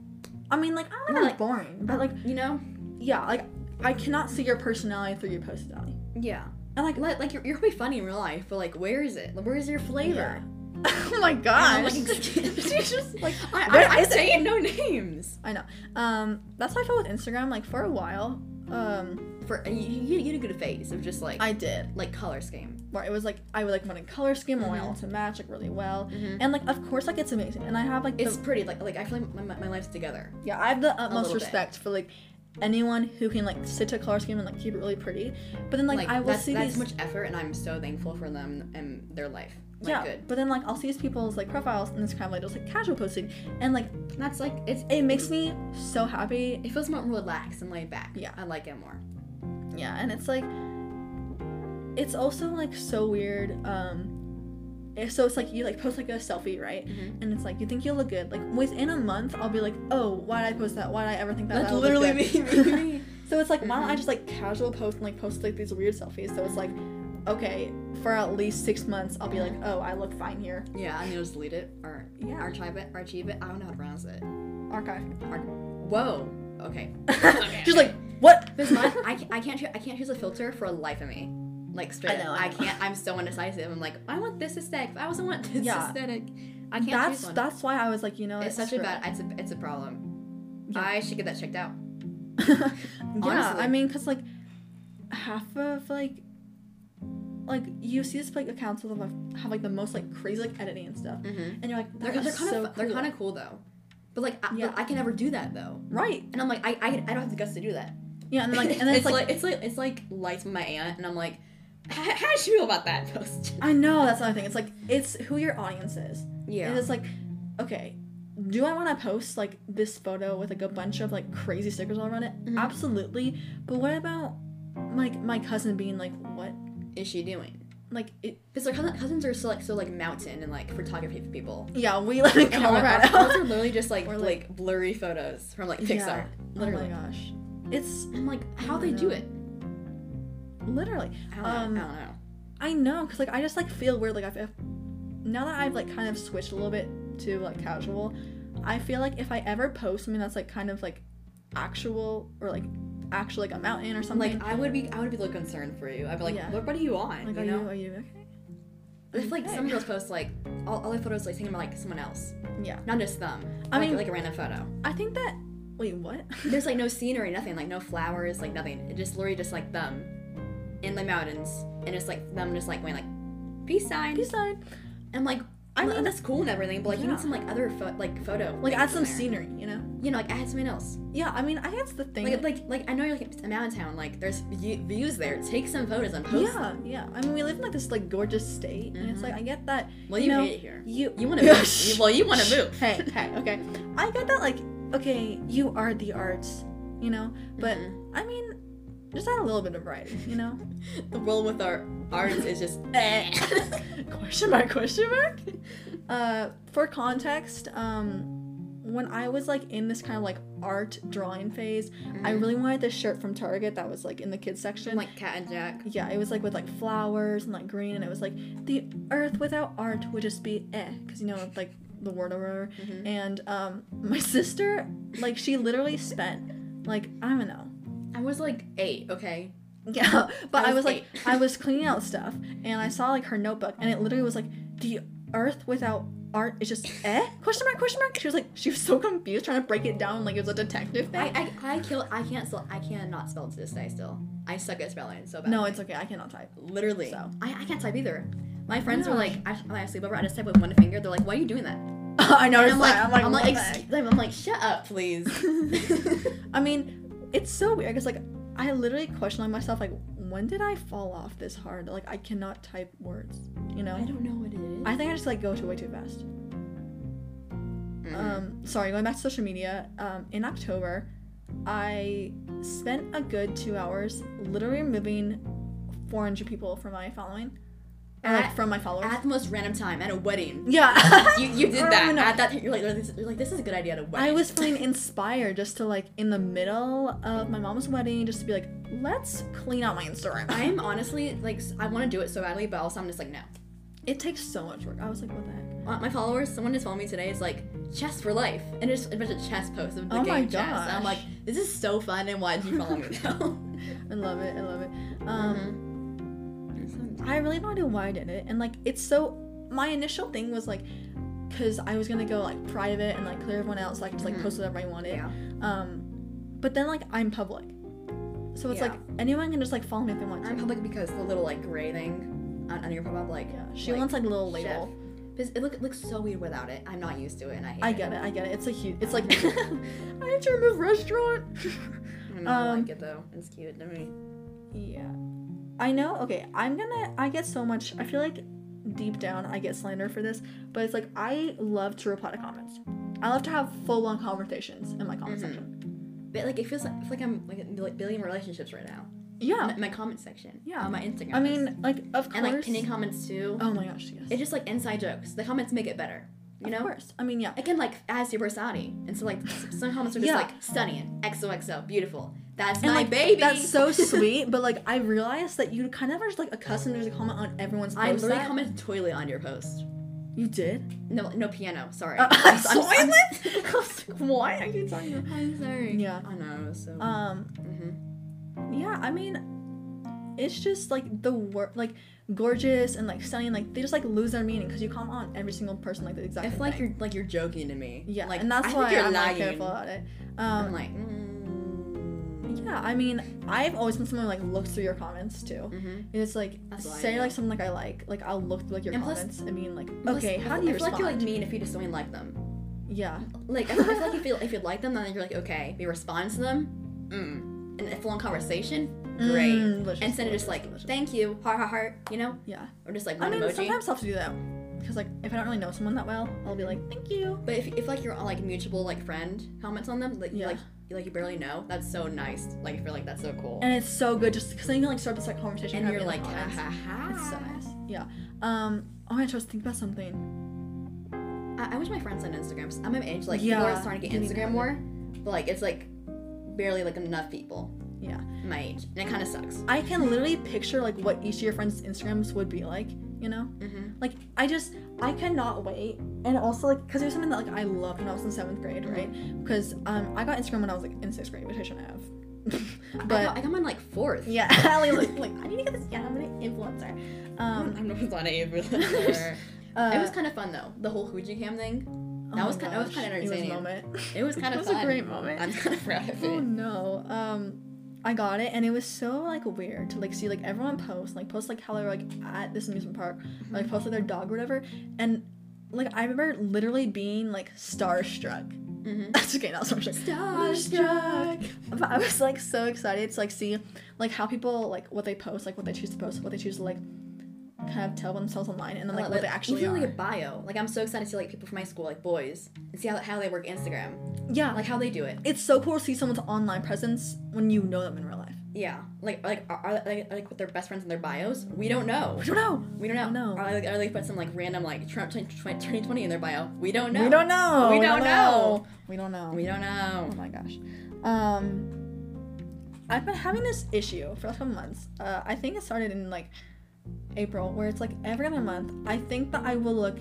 Speaker 2: I mean, like I'm
Speaker 3: No,
Speaker 2: not
Speaker 3: like-
Speaker 2: boring, but like
Speaker 3: You know.
Speaker 2: yeah, like I cannot see your personality through your personality. [LAUGHS]
Speaker 3: Yeah.
Speaker 2: And like,
Speaker 3: Like, like you're, you're gonna be funny in real life, but like, where is it? Like, where is your flavor?
Speaker 2: oh my
Speaker 3: I'm
Speaker 2: gosh,
Speaker 3: like, [LAUGHS] excuse-
Speaker 2: she's just
Speaker 3: [LAUGHS]
Speaker 2: like
Speaker 3: I,
Speaker 2: Where
Speaker 3: I, I'm
Speaker 2: is it?
Speaker 3: saying no names.
Speaker 2: I know. Um, that's how I felt with Instagram. Like for a while, um,
Speaker 3: For you, you, you had a good face of just like
Speaker 2: I did
Speaker 3: like color scheme.
Speaker 2: where it was like I would like want a color scheme, I want it
Speaker 3: Mm-hmm.
Speaker 2: all to match like really well,
Speaker 3: Mhm.
Speaker 2: and like of course like it's amazing, and I have like
Speaker 3: It's
Speaker 2: the,
Speaker 3: pretty like like I feel like my, my, my life's together.
Speaker 2: yeah I have the utmost
Speaker 3: little bit.
Speaker 2: respect for like anyone who can like sit to a color scheme and like keep it really pretty. But then like, I will
Speaker 3: that's,
Speaker 2: see
Speaker 3: that's
Speaker 2: these
Speaker 3: much effort, and I'm so thankful for them and their life. Like,
Speaker 2: yeah,
Speaker 3: good.
Speaker 2: but then like I'll see these people's like profiles and it's kind of like just like casual posting, and like
Speaker 3: And that's like it's
Speaker 2: it makes me so happy.
Speaker 3: it feels more relaxed and laid back.
Speaker 2: Yeah.
Speaker 3: I like it more.
Speaker 2: Yeah, and it's like it's also like so weird. Um, if- so it's like you like post like a selfie, right?
Speaker 3: Mhm.
Speaker 2: And it's like you think you'll look good. Like within a month, I'll be like, oh, why did I post that? Why did I ever think that?
Speaker 3: that's
Speaker 2: that'll
Speaker 3: literally
Speaker 2: look
Speaker 3: me.
Speaker 2: good?"
Speaker 3: me, [LAUGHS] me.
Speaker 2: [LAUGHS] so it's like why don't I
Speaker 3: Mhm.
Speaker 2: just like casual post and like post like these weird selfies? So it's like, okay, for at least six months, I'll be like, oh, I look fine here.
Speaker 3: yeah, and you'll just delete it or
Speaker 2: Yeah.
Speaker 3: archive it, archive it. I don't know how to pronounce it.
Speaker 2: Archive.
Speaker 3: Arch- Whoa. Okay.
Speaker 2: She's like, what?
Speaker 3: Because my, I, can't, I can't choo- I can't choose a filter for the life of me. Like straight
Speaker 2: I know,
Speaker 3: up,
Speaker 2: I
Speaker 3: I
Speaker 2: know.
Speaker 3: can't. I'm so indecisive. I'm like, I want this aesthetic. I also want this
Speaker 2: Yeah.
Speaker 3: aesthetic. I can't
Speaker 2: that's
Speaker 3: choose one.
Speaker 2: that's why I was like, you know,
Speaker 3: it's such a
Speaker 2: screw
Speaker 3: bad. It's a it's a problem.
Speaker 2: Yeah.
Speaker 3: I should get that checked out.
Speaker 2: [LAUGHS] yeah,
Speaker 3: Honestly.
Speaker 2: I mean, cause like half of like like you see this like accounts with like, have like the most like crazy like editing and stuff,
Speaker 3: Mm-hmm.
Speaker 2: and you're like,
Speaker 3: They're,
Speaker 2: that
Speaker 3: they're
Speaker 2: is
Speaker 3: kind
Speaker 2: so
Speaker 3: of they're
Speaker 2: cool.
Speaker 3: kind of cool though, but like I,
Speaker 2: Yeah.
Speaker 3: I can never do that though.
Speaker 2: right,
Speaker 3: And I'm like I, I, I don't have the guts to do that.
Speaker 2: yeah, and then, like
Speaker 3: [LAUGHS]
Speaker 2: and then it's like,
Speaker 3: it's like it's like lights with my aunt, and I'm like, how, how does she feel about that post?
Speaker 2: I know that's another thing. It's like it's who your audience is,
Speaker 3: Yeah.
Speaker 2: and it's like, okay, do I want to post like this photo with like a bunch of like crazy stickers all around it?
Speaker 3: Mhm.
Speaker 2: Absolutely, but what about like my cousin being like, what?
Speaker 3: is she doing?
Speaker 2: Like it,
Speaker 3: Because like cousin- cousins are so like so like mountain and like photography people.
Speaker 2: yeah, we live in
Speaker 3: And I'm like, our photos are
Speaker 2: Colorado.
Speaker 3: literally just [LAUGHS] like
Speaker 2: Or,
Speaker 3: like,
Speaker 2: like-
Speaker 3: blurry photos from like Pixar.
Speaker 2: Yeah.
Speaker 3: Literally.
Speaker 2: Oh my gosh, it's
Speaker 3: I'm like, how
Speaker 2: I
Speaker 3: they do
Speaker 2: know.
Speaker 3: it?
Speaker 2: Literally.
Speaker 3: I don't,
Speaker 2: Um,
Speaker 3: know. I don't know.
Speaker 2: I know, cause like I just like feel weird. Like I feel now that I've like kind of switched a little bit too like casual. I feel like if I ever post something that's like kind of like actual or like actual like a mountain or something,
Speaker 3: Like I would be, I would be a little concerned for you. I'd be like,
Speaker 2: Yeah.
Speaker 3: what, what are you on?
Speaker 2: like,
Speaker 3: you
Speaker 2: are
Speaker 3: know.
Speaker 2: you are you okay?
Speaker 3: if like some
Speaker 2: okay?
Speaker 3: girls post like all, all their photos like taken by like someone else,
Speaker 2: yeah,
Speaker 3: not just them.
Speaker 2: I
Speaker 3: I mean,
Speaker 2: mean-
Speaker 3: like a random photo.
Speaker 2: I think that. Wait, what? [LAUGHS]
Speaker 3: There's like no scenery, nothing, like no flowers, like nothing. It just literally just like them in the mountains, and it's like them just like going like peace sign.
Speaker 2: Peace sign.
Speaker 3: And like
Speaker 2: I
Speaker 3: I
Speaker 2: mean-
Speaker 3: mean that's cool and everything, but like you
Speaker 2: Yeah.
Speaker 3: need some like other pho- like photo.
Speaker 2: Like
Speaker 3: things
Speaker 2: add some
Speaker 3: in there.
Speaker 2: scenery, you know?
Speaker 3: You know, like add something else.
Speaker 2: Yeah, I mean, I guess the thing.
Speaker 3: Like like like I know you're like a mountain town. Like there's view- views there. Take some photos and post.
Speaker 2: yeah, yeah. I mean, we live in like this like gorgeous state, and it's
Speaker 3: Mhm.
Speaker 2: like I get that.
Speaker 3: Well,
Speaker 2: you
Speaker 3: you,
Speaker 2: know,
Speaker 3: hate it here.
Speaker 2: You
Speaker 3: You
Speaker 2: [LAUGHS]
Speaker 3: want to move. You- well, you want to move.
Speaker 2: hey, hey, okay. I get that, like, okay, you are the arts, you know? But,
Speaker 3: Mhm.
Speaker 2: I mean, just add a little bit of variety, you know?
Speaker 3: [LAUGHS] The world with our arts is just.
Speaker 2: [LAUGHS]
Speaker 3: [LAUGHS]
Speaker 2: question mark, question mark? [LAUGHS] uh, for context, um, when I was, like, in this kind of, like, art drawing phase, I really wanted this shirt from Target that was, like, in the kids section.
Speaker 3: like Cat and Jack.
Speaker 2: yeah, it was like with like flowers and like green, and it was like the earth without art would just be eh, because you know like the word or whatever.
Speaker 3: Mhm.
Speaker 2: And um, [LAUGHS] my sister, like she literally spent like I don't know, [LAUGHS]
Speaker 3: I was like eight, okay.
Speaker 2: yeah. But
Speaker 3: I
Speaker 2: I was
Speaker 3: was
Speaker 2: like
Speaker 3: eight.
Speaker 2: I
Speaker 3: [LAUGHS]
Speaker 2: was cleaning out stuff, and I saw like her notebook, and it literally was like the earth without art is just eh question mark question mark. She was like she was so confused trying to break it down like it was a detective thing.
Speaker 3: I I, I kill. I can't. Spell, I cannot spell to this day. Still, I suck at spelling so bad.
Speaker 2: no, it's okay. I cannot type.
Speaker 3: literally.
Speaker 2: So. [LAUGHS]
Speaker 3: I, I can't type either. My friends
Speaker 2: no.
Speaker 3: were like, I, when I sleep over, I just type with one finger. They're like, why are you doing that?
Speaker 2: I know.
Speaker 3: And I'm like, I'm like,
Speaker 2: what the heck?
Speaker 3: "Excuse-" I'm like, shut up, please.
Speaker 2: [LAUGHS]
Speaker 3: [LAUGHS]
Speaker 2: I mean, it's so weird because like I literally question like, myself like when did I fall off this hard? Like I cannot type words, you
Speaker 3: I
Speaker 2: know.
Speaker 3: don't know what it is.
Speaker 2: I think I just like go to way too fast.
Speaker 3: Mhm.
Speaker 2: Um, sorry, going back to social media. Um, in October, I spent a good two hours literally removing 400 people from my following, or, like
Speaker 3: At-
Speaker 2: from my followers.
Speaker 3: at the most random time at a wedding. [LAUGHS]
Speaker 2: yeah,
Speaker 3: You, you
Speaker 2: I
Speaker 3: did that.
Speaker 2: don't know.
Speaker 3: At that, you're like, you're like, this, you're like, this is a good idea at a wedding.
Speaker 2: I was feeling inspired just to like in the middle of my mom's wedding, just to be like, let's clean out my Instagram.
Speaker 3: I'm honestly like, s- I want to do it so badly, but also I'm just like, no.
Speaker 2: It takes so much work. I was like, what the heck?
Speaker 3: Uh, My followers, someone just told me today is like chess for life, and it's just a bunch of chess posts of the
Speaker 2: Oh
Speaker 3: game
Speaker 2: my
Speaker 3: chess. And I'm like,
Speaker 2: gosh.
Speaker 3: this is so fun, and why did you follow [LAUGHS] me now?
Speaker 2: I love it. I love it. Um, I really don't know why I did it, and like, it's so. My initial thing was like, cause I was gonna go like private and like clear everyone else, so I could just like
Speaker 3: Mhm.
Speaker 2: post whatever I wanted.
Speaker 3: yeah.
Speaker 2: Um, but then like I'm public, so it's
Speaker 3: Yeah.
Speaker 2: like anyone can just like follow me if they want to.
Speaker 3: I'm public because the little like gray thing on, on your profile, like
Speaker 2: yeah, she wants like a little label.
Speaker 3: Because it, look, it looks so weird without it. I'm not used to it, and I hate
Speaker 2: I
Speaker 3: it.
Speaker 2: get it. I get it. It's a huge.
Speaker 3: [LAUGHS]
Speaker 2: It's like [LAUGHS] I have to remove restaurant. [LAUGHS]
Speaker 3: I know, I
Speaker 2: Um,
Speaker 3: like it though. It's cute to me.
Speaker 2: Yeah. I know, okay, I'm gonna I get so much I feel like deep down I get slander for this, but it's like I love to reply to comments. I love to have full on conversations in my comment
Speaker 3: Mhm.
Speaker 2: section.
Speaker 3: But like, it feels like, I feel like I'm like in, like billion relationships right now.
Speaker 2: Yeah.
Speaker 3: [LAUGHS] In my comment section.
Speaker 2: Yeah.
Speaker 3: On my Instagram.
Speaker 2: I mean, like of course
Speaker 3: and like pinning comments too.
Speaker 2: Oh my gosh, yes.
Speaker 3: It's just like inside jokes. The comments make it better. You know.
Speaker 2: Of course. I mean yeah.
Speaker 3: I can like as your personality, and so like s- some comments are just
Speaker 2: Yeah.
Speaker 3: like stunning, XOXO, beautiful. That's
Speaker 2: And
Speaker 3: my
Speaker 2: like
Speaker 3: baby.
Speaker 2: that's
Speaker 3: [LAUGHS]
Speaker 2: so sweet, but like I realized that you kind of are just like accustomed to just comment on everyone's post.
Speaker 3: I literally
Speaker 2: that-
Speaker 3: commented toilet on your post.
Speaker 2: You did?
Speaker 3: No, no piano. Sorry.
Speaker 2: Uh,
Speaker 3: [LAUGHS]
Speaker 2: [LAUGHS]
Speaker 3: I'm, so- I'm, so-
Speaker 2: toilet? I was like, what are you talking about?
Speaker 3: I'm sorry.
Speaker 2: Yeah.
Speaker 3: I know. it was So.
Speaker 2: Um
Speaker 3: mhm.
Speaker 2: Yeah, I mean, it's just like the word, like gorgeous and like stunning. Like they just like lose their meaning because you comment on every single person like the exact.
Speaker 3: If
Speaker 2: same
Speaker 3: like
Speaker 2: thing.
Speaker 3: you're like you're joking to me.
Speaker 2: yeah,
Speaker 3: Like
Speaker 2: and that's
Speaker 3: I think
Speaker 2: why
Speaker 3: you're
Speaker 2: I'm not
Speaker 3: lying.
Speaker 2: careful about it.
Speaker 3: I'm
Speaker 2: Um,
Speaker 3: like. Mm.
Speaker 2: yeah, I mean, I've always been someone who, like looks through your comments too.
Speaker 3: Mm-hmm.
Speaker 2: And it's like
Speaker 3: That's what I
Speaker 2: say
Speaker 3: do.
Speaker 2: like something like I like, like I'll look through like your
Speaker 3: And plus-
Speaker 2: comments and mean like, okay, how do you
Speaker 3: I feel
Speaker 2: respond?
Speaker 3: like you're like mean if you just don't like them.
Speaker 2: yeah,
Speaker 3: Like I feel, I feel like if you if you like them, then you're like okay, you respond to them. Mm. And a full on conversation. Great.
Speaker 2: Mm, delicious,
Speaker 3: Instead of
Speaker 2: delicious,
Speaker 3: just like
Speaker 2: delicious.
Speaker 3: thank you, heart heart heart, you know,
Speaker 2: Yeah,
Speaker 3: or just like
Speaker 2: I
Speaker 3: one
Speaker 2: mean
Speaker 3: emoji.
Speaker 2: sometimes I'll have to do that because like if I don't really know someone that well, I'll be like, thank you.
Speaker 3: But if, if like you're on like mutual like friend comments on them, like you
Speaker 2: Yeah.
Speaker 3: like you like you barely know, that's so nice. Like I feel like that's so cool.
Speaker 2: And it's so good just because then you can like start this like conversation
Speaker 3: And
Speaker 2: having
Speaker 3: you're
Speaker 2: in the
Speaker 3: like ha
Speaker 2: comments.
Speaker 3: ha ha.
Speaker 2: It's so nice. Yeah. Um. Oh my gosh, I was thinking about something.
Speaker 3: I, I wish my friends on Instagram. I'm of age, like
Speaker 2: Yeah.
Speaker 3: people are starting to get
Speaker 2: Me neither.
Speaker 3: Instagram more, but like it's like barely like enough people
Speaker 2: Yeah.
Speaker 3: my age, and it kind of sucks.
Speaker 2: I can literally picture like what each of your friends' Instagrams would be like. You know,
Speaker 3: Mm-hmm.
Speaker 2: like I just I cannot wait and also like because there's something that like I loved when I was in seventh grade, right? Because um, I got Instagram when I was like in sixth grade, which [LAUGHS] I shouldn't have.
Speaker 3: I,
Speaker 2: but
Speaker 3: got, I got mine like fourth.
Speaker 2: yeah, Allie was like, [LAUGHS] I need to get this. Yeah, I'm an influencer.
Speaker 3: [LAUGHS]
Speaker 2: Um,
Speaker 3: I'm not on any of it.
Speaker 2: uh,
Speaker 3: It was kind of fun though. The whole Hooji Cam thing. that
Speaker 2: oh
Speaker 3: was
Speaker 2: my
Speaker 3: kind- that was
Speaker 2: gosh,
Speaker 3: kinda
Speaker 2: it was a
Speaker 3: entertaining.
Speaker 2: moment.
Speaker 3: It was
Speaker 2: [LAUGHS]
Speaker 3: kind
Speaker 2: It
Speaker 3: of
Speaker 2: was
Speaker 3: fun.
Speaker 2: a great moment.
Speaker 3: I'm [LAUGHS] kind of proud of
Speaker 2: Oh
Speaker 3: it.
Speaker 2: no. Um I got it and it was so like weird to like see like everyone post like post like how they were like at this amusement park or like post like their dog or whatever and like I remember literally being like starstruck.
Speaker 3: Mhm.
Speaker 2: That's okay, not starstruck. Mm-hmm. Starstruck. But I was like so excited to like see like how people like what they post, like what they choose to post, what they choose to like kind of tell themselves online and then like
Speaker 3: Uh,
Speaker 2: what they actually
Speaker 3: even
Speaker 2: are.
Speaker 3: like a bio. Like I'm so excited to see like people from my school, like boys, and see how, how they work Instagram,
Speaker 2: yeah,
Speaker 3: like
Speaker 2: like
Speaker 3: how they do it.
Speaker 2: it's so cool to see someone's online presence when you know them in real life.
Speaker 3: Yeah, like like are, are like like with their best friends in their bios. We don't know.
Speaker 2: I don't know.
Speaker 3: [LAUGHS] We don't know.
Speaker 2: No.
Speaker 3: Are, like, are they put some like random like Trump 2020 in their bio? We don't know.
Speaker 2: We don't know.
Speaker 3: We don't know.
Speaker 2: We don't know.
Speaker 3: We don't
Speaker 2: Oh
Speaker 3: know.
Speaker 2: my gosh. Um, I've been having this issue for a couple months. Uh, I think it started in like April, where it's like every other month. I think that I will look.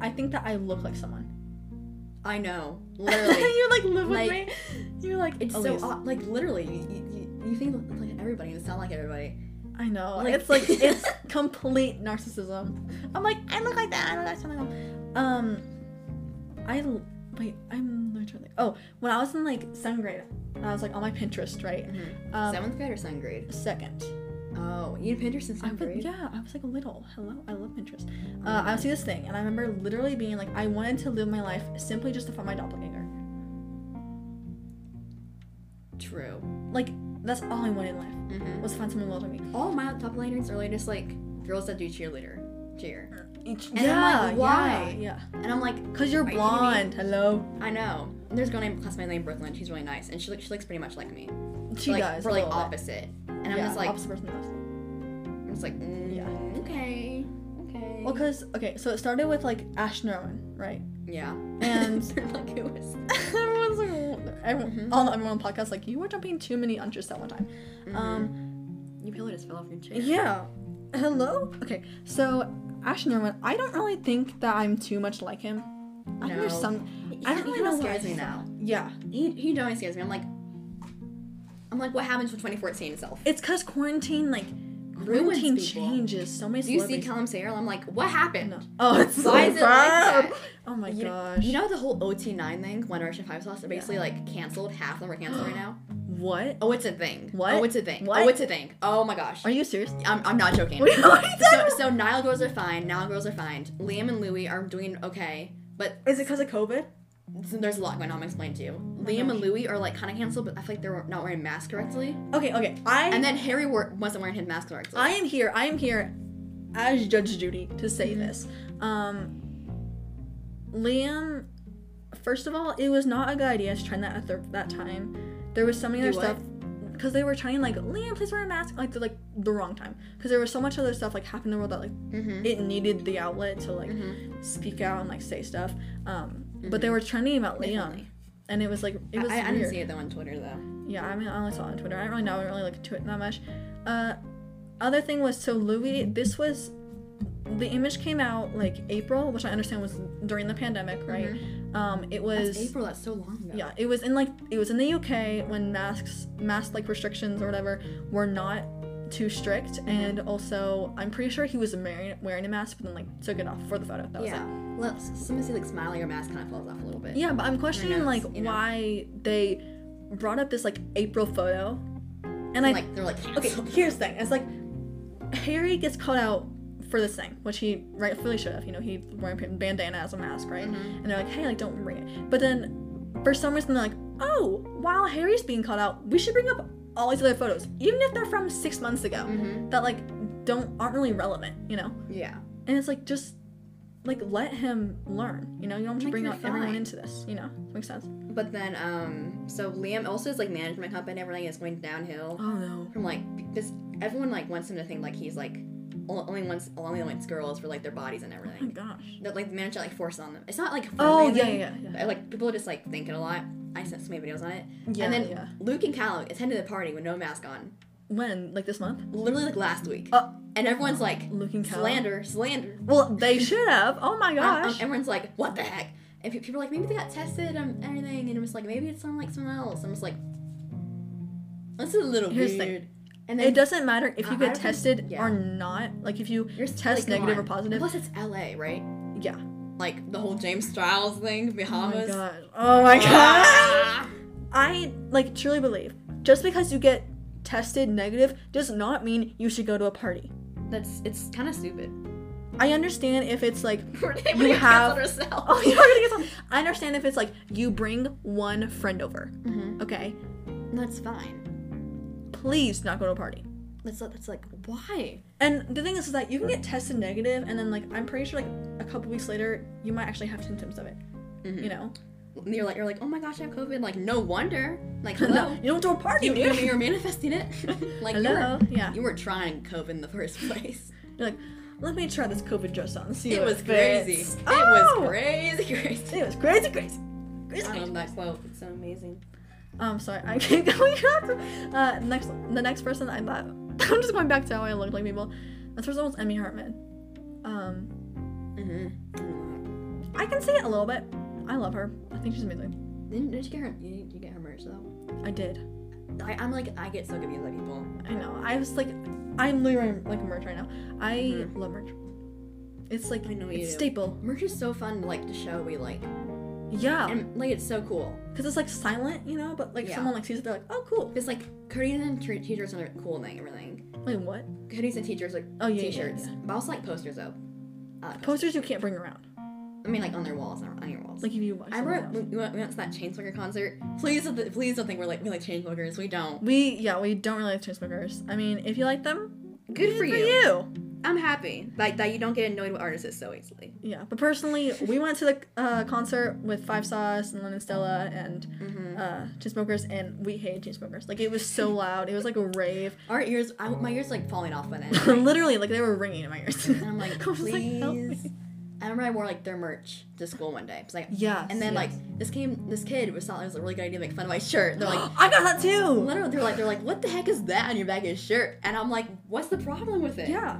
Speaker 2: I think that I look like someone.
Speaker 3: I
Speaker 2: [LAUGHS]
Speaker 3: know. Literally.
Speaker 2: you like live with
Speaker 3: Like,
Speaker 2: me. You're like
Speaker 3: it's
Speaker 2: Elise.
Speaker 3: so odd. Like literally, you, you, you think like everybody and sound like everybody.
Speaker 2: I know.
Speaker 3: Like- [LAUGHS]
Speaker 2: it's like it's complete narcissism. I'm like I look like that. I look like something else. Um, I l- wait. I'm literally. Oh, when I was in like seventh grade, I was like on my Pinterest, right?
Speaker 3: Mhm.
Speaker 2: Um,
Speaker 3: Seventh grade or seventh grade?
Speaker 2: second.
Speaker 3: Oh, you did Pinterest since
Speaker 2: I
Speaker 3: seventh
Speaker 2: would,
Speaker 3: grade.
Speaker 2: yeah, I was like a little. Hello, I love Pinterest. Uh, I would see this thing, and I remember literally being like, I wanted to live my life simply just to find my doppelganger.
Speaker 3: True.
Speaker 2: Like that's all I wanted in life
Speaker 3: hmm
Speaker 2: was to find someone loyal to me.
Speaker 3: All my top liners are like just like girls that do cheerleader cheer,
Speaker 2: And
Speaker 3: I'm like, why?
Speaker 2: Yeah,
Speaker 3: and I'm like,
Speaker 2: because you're
Speaker 3: Are you kidding me?
Speaker 2: blonde. Hello.
Speaker 3: I know. And there's a girl named classmate named Brooklyn. She's really nice, and she looks she looks pretty much like me.
Speaker 2: She
Speaker 3: like,
Speaker 2: does.
Speaker 3: We're
Speaker 2: a
Speaker 3: like
Speaker 2: little bit.
Speaker 3: opposite, and I'm
Speaker 2: Yeah,
Speaker 3: just like,
Speaker 2: opposite person than us.
Speaker 3: I'm just like, mm,
Speaker 2: Yeah.
Speaker 3: okay, okay.
Speaker 2: Well, cause okay, so it started with like Ash Norman, right?
Speaker 3: [LAUGHS] yeah.
Speaker 2: and-
Speaker 3: [LAUGHS] They're like, who is?
Speaker 2: [LAUGHS] Everyone's like, everyone,
Speaker 3: Mhm.
Speaker 2: all everyone on the podcast like, you were jumping too many interests at one time.
Speaker 3: Mm-hmm.
Speaker 2: Um,
Speaker 3: you probably just fell off your [LAUGHS] chair.
Speaker 2: Yeah. Hello? Okay, so Ash Norman, I don't really think that I'm too much like him. I think there's
Speaker 3: No.
Speaker 2: some.
Speaker 3: He-
Speaker 2: I don't
Speaker 3: he
Speaker 2: really
Speaker 3: kinda
Speaker 2: know
Speaker 3: scares
Speaker 2: why.
Speaker 3: me now.
Speaker 2: Yeah.
Speaker 3: He he totally scares me. I'm like, I'm like, what happens with 2014 itself?
Speaker 2: It's because quarantine, like,
Speaker 3: Ruins
Speaker 2: quarantine
Speaker 3: people.
Speaker 2: changes so many
Speaker 3: Do you see
Speaker 2: celebrities.
Speaker 3: Callum Sayre? I'm like, what happened?
Speaker 2: no. Oh, it's so
Speaker 3: Why is it like
Speaker 2: bad.
Speaker 3: that?
Speaker 2: Oh my
Speaker 3: You,
Speaker 2: gosh.
Speaker 3: you know the whole OT9 thing, One Direction Five Sauce, they're basically like canceled. Half of them are canceled right now.
Speaker 2: what?
Speaker 3: Oh, it's a thing.
Speaker 2: What?
Speaker 3: Oh, it's a thing.
Speaker 2: What?
Speaker 3: Oh, it's a thing. Oh my gosh.
Speaker 2: Are you serious?
Speaker 3: I'm, I'm not joking.
Speaker 2: Wait, [LAUGHS] what is
Speaker 3: so,
Speaker 2: that?
Speaker 3: so Nile girls are fine. Nile girls are fine. Liam and Louie are doing okay, but
Speaker 2: Is it because of COVID?
Speaker 3: there's a lot going on. I'm explaining to you.
Speaker 2: Oh
Speaker 3: Liam and Louie are like kind of canceled, but I feel like they're not wearing masks correctly.
Speaker 2: Okay, okay. I
Speaker 3: And then Harry wore, wasn't wearing his mask correctly.
Speaker 2: I am here. I am here as Judge Judy to say
Speaker 3: Mm-hmm.
Speaker 2: this. Um, Liam, first of all, it was not a good idea to try that at the, that time. There was so many
Speaker 3: Do
Speaker 2: other
Speaker 3: what?
Speaker 2: stuff because they were trying like Liam, please wear a mask, like the, like the wrong time because there was so much other stuff like happened in the world that like
Speaker 3: Mhm.
Speaker 2: it needed the outlet to like
Speaker 3: Mm-hmm.
Speaker 2: speak out and like say stuff. Um, but they were trending about Liam,
Speaker 3: Definitely.
Speaker 2: and it was like it was
Speaker 3: I, I
Speaker 2: weird.
Speaker 3: didn't see it though on Twitter though.
Speaker 2: Yeah, I mean, I only saw it on Twitter. I don't really know. I don't really look into it that much. Uh, other thing was so Louis. This was the image came out like April, which I understand was during the pandemic, right? Um, it
Speaker 3: It's
Speaker 2: was
Speaker 3: April. Mm-hmm. That's so long ago.
Speaker 2: yeah, it was in like it was in the UK when masks, mask like restrictions or whatever, were not too strict.
Speaker 3: Mm-hmm.
Speaker 2: And also, I'm pretty sure he was wearing wearing a mask, but then like took it off for the photo. That was it.
Speaker 3: Yeah. Let somebody see like smiling your mask kind of falls off a little bit.
Speaker 2: Yeah, but I'm questioning
Speaker 3: knows,
Speaker 2: like
Speaker 3: you know?
Speaker 2: why they brought up this like April photo, and I
Speaker 3: And, like they're like
Speaker 2: Okay, [LAUGHS]
Speaker 3: canceled.
Speaker 2: here's the thing. It's like Harry gets called out for this thing, which he rightfully should have. You know, he wearing a bandana as a mask, right?
Speaker 3: Mm-hmm.
Speaker 2: And they're like, hey, like don't bring it. But then for some reason they're like, oh, while Harry's being called out, we should bring up all these other photos, even if they're from six months ago,
Speaker 3: Mm-hmm.
Speaker 2: that like don't aren't really relevant, you know?
Speaker 3: Yeah.
Speaker 2: And it's like just like let him learn, you know? You don't have to
Speaker 3: Like,
Speaker 2: bring
Speaker 3: you're
Speaker 2: out everyone
Speaker 3: fine.
Speaker 2: into this, you know? Makes sense.
Speaker 3: But then um, so Liam also is like management company. and Everything is going downhill.
Speaker 2: Oh no.
Speaker 3: From like because everyone like wants him to think like he's like o- only wants only wants girls for like their bodies and
Speaker 2: Oh my
Speaker 3: everything.
Speaker 2: gosh.
Speaker 3: That like the manager like forces on them. It's not like
Speaker 2: Oh yeah,
Speaker 3: anything,
Speaker 2: yeah, yeah.
Speaker 3: but, like people just like think it a lot. I sent so many videos on it.
Speaker 2: Yeah,
Speaker 3: and then
Speaker 2: yeah.
Speaker 3: Luke and Callum attended the party with no mask on.
Speaker 2: When? Like this month?
Speaker 3: literally like last week.
Speaker 2: Uh,
Speaker 3: and everyone's like,
Speaker 2: Looking cow.
Speaker 3: slander, slander.
Speaker 2: Well, they should have. Oh my
Speaker 3: Um, um,
Speaker 2: gosh.
Speaker 3: everyone's like, what the heck? And pe- people are like, maybe they got tested and everything. And I'm just like, maybe it's someone like someone else. I'm just like, this is a little
Speaker 2: Here's the
Speaker 3: weird.
Speaker 2: thing.
Speaker 3: And
Speaker 2: it doesn't matter if you
Speaker 3: I- I
Speaker 2: get
Speaker 3: don't-
Speaker 2: tested
Speaker 3: yeah.
Speaker 2: or not. Like if you
Speaker 3: you're
Speaker 2: test
Speaker 3: like, come
Speaker 2: negative or
Speaker 3: on.
Speaker 2: positive.
Speaker 3: Plus, it's LA, right?
Speaker 2: yeah.
Speaker 3: Like the whole James Styles
Speaker 2: Oh
Speaker 3: thing,
Speaker 2: my
Speaker 3: Bahamas.
Speaker 2: god. Oh
Speaker 3: [LAUGHS]
Speaker 2: my god.
Speaker 3: Ah!
Speaker 2: I like truly believe just because you get tested negative does not mean you should go to a party.
Speaker 3: That's it's kind of stupid. [LAUGHS]
Speaker 2: I understand if it's like [LAUGHS]
Speaker 3: We're naming
Speaker 2: You
Speaker 3: ourselves
Speaker 2: have-
Speaker 3: ourselves.
Speaker 2: oh [LAUGHS] you're gonna get some. I understand if it's like you bring one friend over.
Speaker 3: Mhm.
Speaker 2: Okay,
Speaker 3: [LAUGHS] That's fine.
Speaker 2: please not go to a party.
Speaker 3: That's that's like why?
Speaker 2: And the thing is, is that you can get tested negative, and then like I'm pretty sure like a couple weeks later you might actually have symptoms of it.
Speaker 3: Mhm.
Speaker 2: You know,
Speaker 3: And you're like you're like oh my gosh I have COVID. Like no wonder.
Speaker 2: [LAUGHS]
Speaker 3: Like
Speaker 2: No,
Speaker 3: hello.
Speaker 2: you don't go to a party,
Speaker 3: you knew
Speaker 2: dude.
Speaker 3: you were manifesting it. [LAUGHS] like you
Speaker 2: Hello,
Speaker 3: were,
Speaker 2: yeah.
Speaker 3: you were trying COVID in the first [LAUGHS] place.
Speaker 2: You're like, let me try this COVID dress on. and See
Speaker 3: It
Speaker 2: how
Speaker 3: was
Speaker 2: fits."
Speaker 3: crazy. It
Speaker 2: Oh!
Speaker 3: was Um, crazy, [LAUGHS] crazy.
Speaker 2: It was crazy, crazy, crazy.
Speaker 3: I
Speaker 2: crazy.
Speaker 3: love that quote. It's so amazing.
Speaker 2: Um, sorry, I keep [LAUGHS] going back. Uh, next, the next person I thought, [LAUGHS] I'm just going back to how I looked like people. This person was Emmy Hartman. Um,
Speaker 3: Mm-hmm.
Speaker 2: I can see it a little bit. I love her. I think she's amazing.
Speaker 3: Didn't, didn't you get her? You, didn't you get her merch though.
Speaker 2: I did.
Speaker 3: I, I'm like I get so confused by people.
Speaker 2: I know. I was like, I'm literally wearing, like merch right now. I
Speaker 3: Mhm.
Speaker 2: love merch. It's like
Speaker 3: I know you
Speaker 2: it's
Speaker 3: do.
Speaker 2: staple.
Speaker 3: Merch is so fun to like to show we like,
Speaker 2: Yeah,
Speaker 3: and like it's so cool.
Speaker 2: because it's like silent, you know. But like
Speaker 3: Yeah.
Speaker 2: someone like sees it, they're like, oh cool.
Speaker 3: It's like hoodies and t- t-shirts are cool thing everything.
Speaker 2: Wait, what?
Speaker 3: Hoodies and t-shirts are
Speaker 2: Oh, yeah, yeah,
Speaker 3: t-shirts.
Speaker 2: yeah.
Speaker 3: But I also like posters though. I, like posters.
Speaker 2: Posters you can't bring around.
Speaker 3: I mean like on their walls, not on your walls.
Speaker 2: Like if you watch.
Speaker 3: I
Speaker 2: someone
Speaker 3: remember
Speaker 2: else.
Speaker 3: when we went, we went to that Chainsmokers concert. Please, don't th- please don't think we're like we like Chainsmokers. We don't.
Speaker 2: We yeah we don't really like Chainsmokers. I mean, if you like them,
Speaker 3: Good for you.
Speaker 2: you.
Speaker 3: I'm happy like that you don't get annoyed with artists so easily.
Speaker 2: Yeah, but personally, we went to the uh, concert with Five Sauce and Lennon Stella and
Speaker 3: Mm-hmm.
Speaker 2: uh, Chainsmokers, and we hated Chainsmokers. Like it was
Speaker 3: [LAUGHS]
Speaker 2: so loud, it was like a rave.
Speaker 3: Our ears, I, my ears like falling off by then.
Speaker 2: [LAUGHS]
Speaker 3: and
Speaker 2: Literally, like they were ringing in my ears. [LAUGHS]
Speaker 3: I'm like,
Speaker 2: I was like,
Speaker 3: please.
Speaker 2: help me. [GASPS]
Speaker 3: I remember I wore like their merch to school one day. It's like,
Speaker 2: Yes.
Speaker 3: and then
Speaker 2: yes.
Speaker 3: like this came, this kid was thought it was a really good idea to make fun of my shirt. They're
Speaker 2: [GASPS]
Speaker 3: like,
Speaker 2: I got that too.
Speaker 3: literally, they're like, they're like, what the heck is that on your back of your shirt? And I'm like, what's the problem with it?
Speaker 2: Yeah,